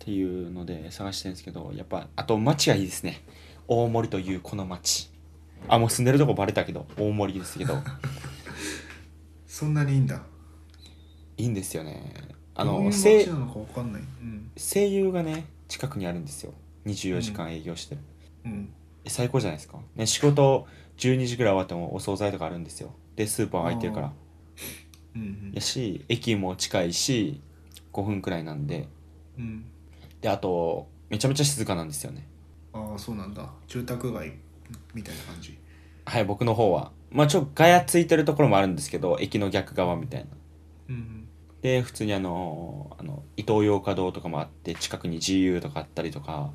Speaker 1: ていうので探してるんですけどやっぱあと町がいいですね大森というこの町あもう住んでるとこバレたけど大森ですけど
Speaker 2: そんなにいいんだ
Speaker 1: いいんですよねあ
Speaker 2: どういう
Speaker 1: の
Speaker 2: 街
Speaker 1: 声
Speaker 2: なのか分かんないうん
Speaker 1: 声優がね近くにあるんですよ24時間営業してる、
Speaker 2: うん
Speaker 1: え最高じゃないですか、ね、仕事12時ぐらい終わってもお惣菜とかあるんですよでスーパー空いてるか
Speaker 2: あ
Speaker 1: ら
Speaker 2: うんうん
Speaker 1: やし駅も近いし5分くらいなんで
Speaker 2: うん
Speaker 1: であとめちゃめちゃ静かなんですよね
Speaker 2: ああそうなんだ住宅街みたいな感じ
Speaker 1: はい僕の方はまあちょっとガヤついてるところもあるんですけど駅の逆側みたいな
Speaker 2: うん
Speaker 1: で普通にあのあの伊東洋華堂とかもあって近くに GU とかあったりとか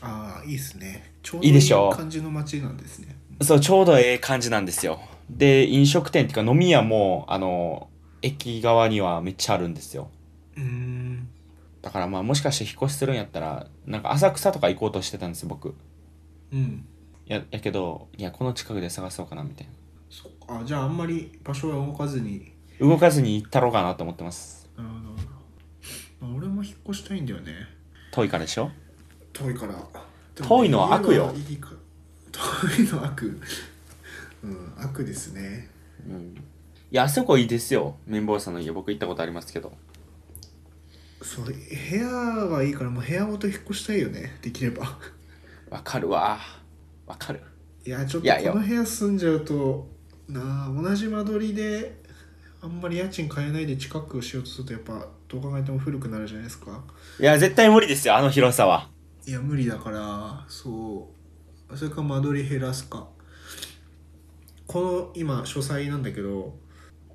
Speaker 2: ああいいですねちょうど
Speaker 1: いいでしょ
Speaker 2: 感じの街なんですね
Speaker 1: そうちょうどええ感じなんですよで飲食店っていうか飲み屋もあの駅側にはめっちゃあるんですよ
Speaker 2: うーん
Speaker 1: だからまあもしかして引っ越しするんやったらなんか浅草とか行こうとしてたんですよ僕
Speaker 2: うん
Speaker 1: ややけどいやこの近くで探そうかなみたい
Speaker 2: そっかあじゃああんまり場所は動かずに
Speaker 1: な動かずに行ったろうかなと思ってます
Speaker 2: あのまあ俺も引っ越したいんだよね
Speaker 1: 遠いからでしょ
Speaker 2: 遠いからでも
Speaker 1: 遠いのは悪よ
Speaker 2: 家がいいか遠いのは悪うん悪ですね
Speaker 1: うんいやあそこいいですよ綿棒さんの家僕行ったことありますけど
Speaker 2: そう部屋はいいからもう部屋ごと引っ越したいよねできれば
Speaker 1: わかるわわかる
Speaker 2: いやちょっ
Speaker 1: い
Speaker 2: と
Speaker 1: やいや
Speaker 2: この部屋住んじゃうとなあ同じ間取りであんまり家賃変えないで近くしようとするとやっぱどう考えても古くなるじゃないですか
Speaker 1: いや絶対無理ですよあの広さはい
Speaker 2: や無理だからそうそれか間取り減らすかこの今書斎なんだけど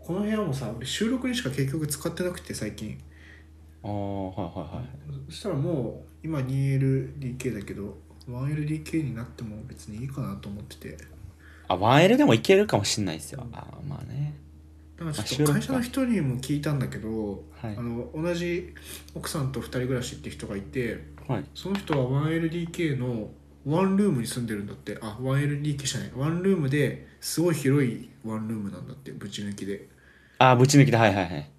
Speaker 2: この部屋もさ俺収録にしか結局使ってなくて最近
Speaker 1: ああはいはいはい
Speaker 2: そしたらもう今 2LDK だけど 1LDK になっても別にいいかなと思ってて
Speaker 1: あ 1L でも行けるかもしんないですよあーまあね
Speaker 2: だから
Speaker 1: あ
Speaker 2: ち
Speaker 1: 収
Speaker 2: ょっ
Speaker 1: 録か
Speaker 2: と会社の人にも聞いたんだけど、
Speaker 1: はい
Speaker 2: あの同じ奥さんと2人暮らしって人がいて
Speaker 1: はい
Speaker 2: その人は 1LDK のワンルームに住んでるんだってあ 1LDK じゃないワンルームですごい広いワンルームなんだってぶち抜きで
Speaker 1: ああぶち抜きではいはいはい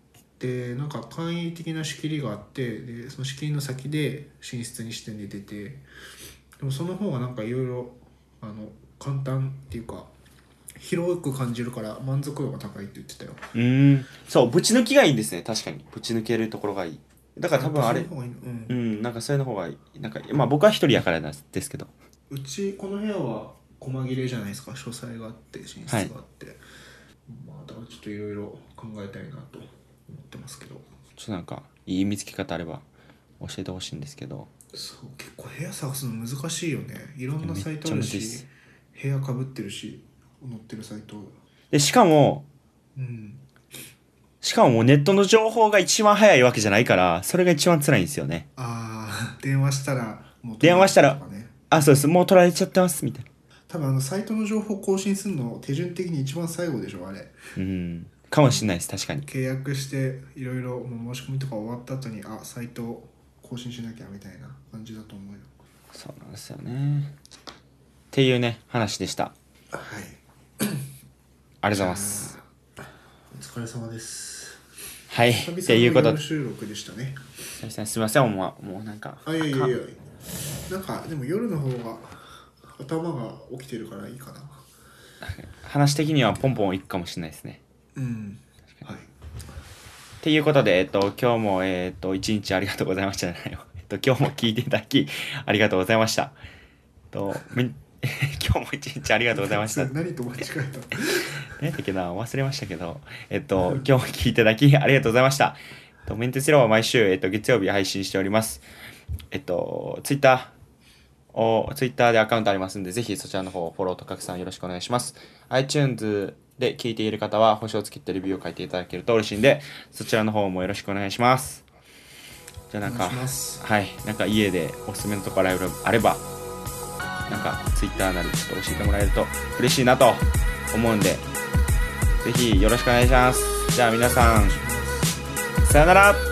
Speaker 2: でなんか簡易的な仕切りがあってでその仕切りの先で寝室にして寝ててでもその方がなんかいろいろあの簡単っていうか広く感じるから満足度が高いって言ってたよ
Speaker 1: うーんそうぶち抜きがいいんですね確かにぶち抜けるところがいいだから多分あ
Speaker 2: や
Speaker 1: れ
Speaker 2: っぱその方がいいのうん
Speaker 1: うんなんかそれの方がいいなんかまあ僕は一人やからなんですけど
Speaker 2: うちこの部屋は細切れじゃないですか書斎があって寝室があって、まあだからちょっといろいろ考えたいなと思ってますけど
Speaker 1: ちょっとなんかいい見つけ方あれば教えてほしいんですけど
Speaker 2: そう結構部屋探すの難しいよねいろんなサイトあ
Speaker 1: めっちゃ
Speaker 2: る
Speaker 1: むずいっ
Speaker 2: し
Speaker 1: す
Speaker 2: 部屋かぶってるし載ってるサイト
Speaker 1: でしかも
Speaker 2: うん
Speaker 1: しかももうネットの情報が一番早いわけじゃないからそれが一番辛いんですよね
Speaker 2: あー電話したらもう
Speaker 1: 電話したら
Speaker 2: とかね
Speaker 1: あそうですもう取られちゃってますみたいな
Speaker 2: 多分あのサイトの情報更新するの手順的に一番最後でしょあれ
Speaker 1: うんかもしんないです確かに
Speaker 2: 契約していろいろもう申し込みとか終わった後にあサイト更新しなきゃみたいな感じだと思うよ
Speaker 1: そうなんですよねっていうね話でした
Speaker 2: はい
Speaker 1: ありがとうございます
Speaker 2: お疲れ様です
Speaker 1: はい
Speaker 2: 久々
Speaker 1: って
Speaker 2: の
Speaker 1: いうこと
Speaker 2: 夜
Speaker 1: で
Speaker 2: 収録でしたね
Speaker 1: すいませんすいませんもうもうなんか
Speaker 2: あいやいやいやなんかでも夜の方が頭が起きてるからいいかな
Speaker 1: 話的にはポンポンいくかもしれないですね
Speaker 2: うんはい
Speaker 1: っていうことで、えっと、今日も、えっと、一日ありがとうございましたじゃないよ。えっと、今日も聞いていただき、ありがとうございました。えっと、みん 今日も一日ありがとうございました。
Speaker 2: それ何と間違えた
Speaker 1: 何だっけな忘れましたけど、えっと、今日も聞いていただきありがとうございました。えっと、メンテスローは毎週、えっと、月曜日配信しております。えっと、ツイッターを、ツイッターでアカウントありますんで、ぜひそちらの方、フォローと拡散よろしくお願いします。iTunes で聞いている方は、星をつけてレビューを書いていただけると嬉しいんで、そちらの方もよろしくお願いします。じゃあなん
Speaker 2: お
Speaker 1: か
Speaker 2: 願いし、ます
Speaker 1: はい、なんか家でおすすめのところあれば、なんかツイッターなりちょっと教えてもらえると嬉しいなと思うんで、ぜひよろしくお願いします。じゃあ皆さん、さよなら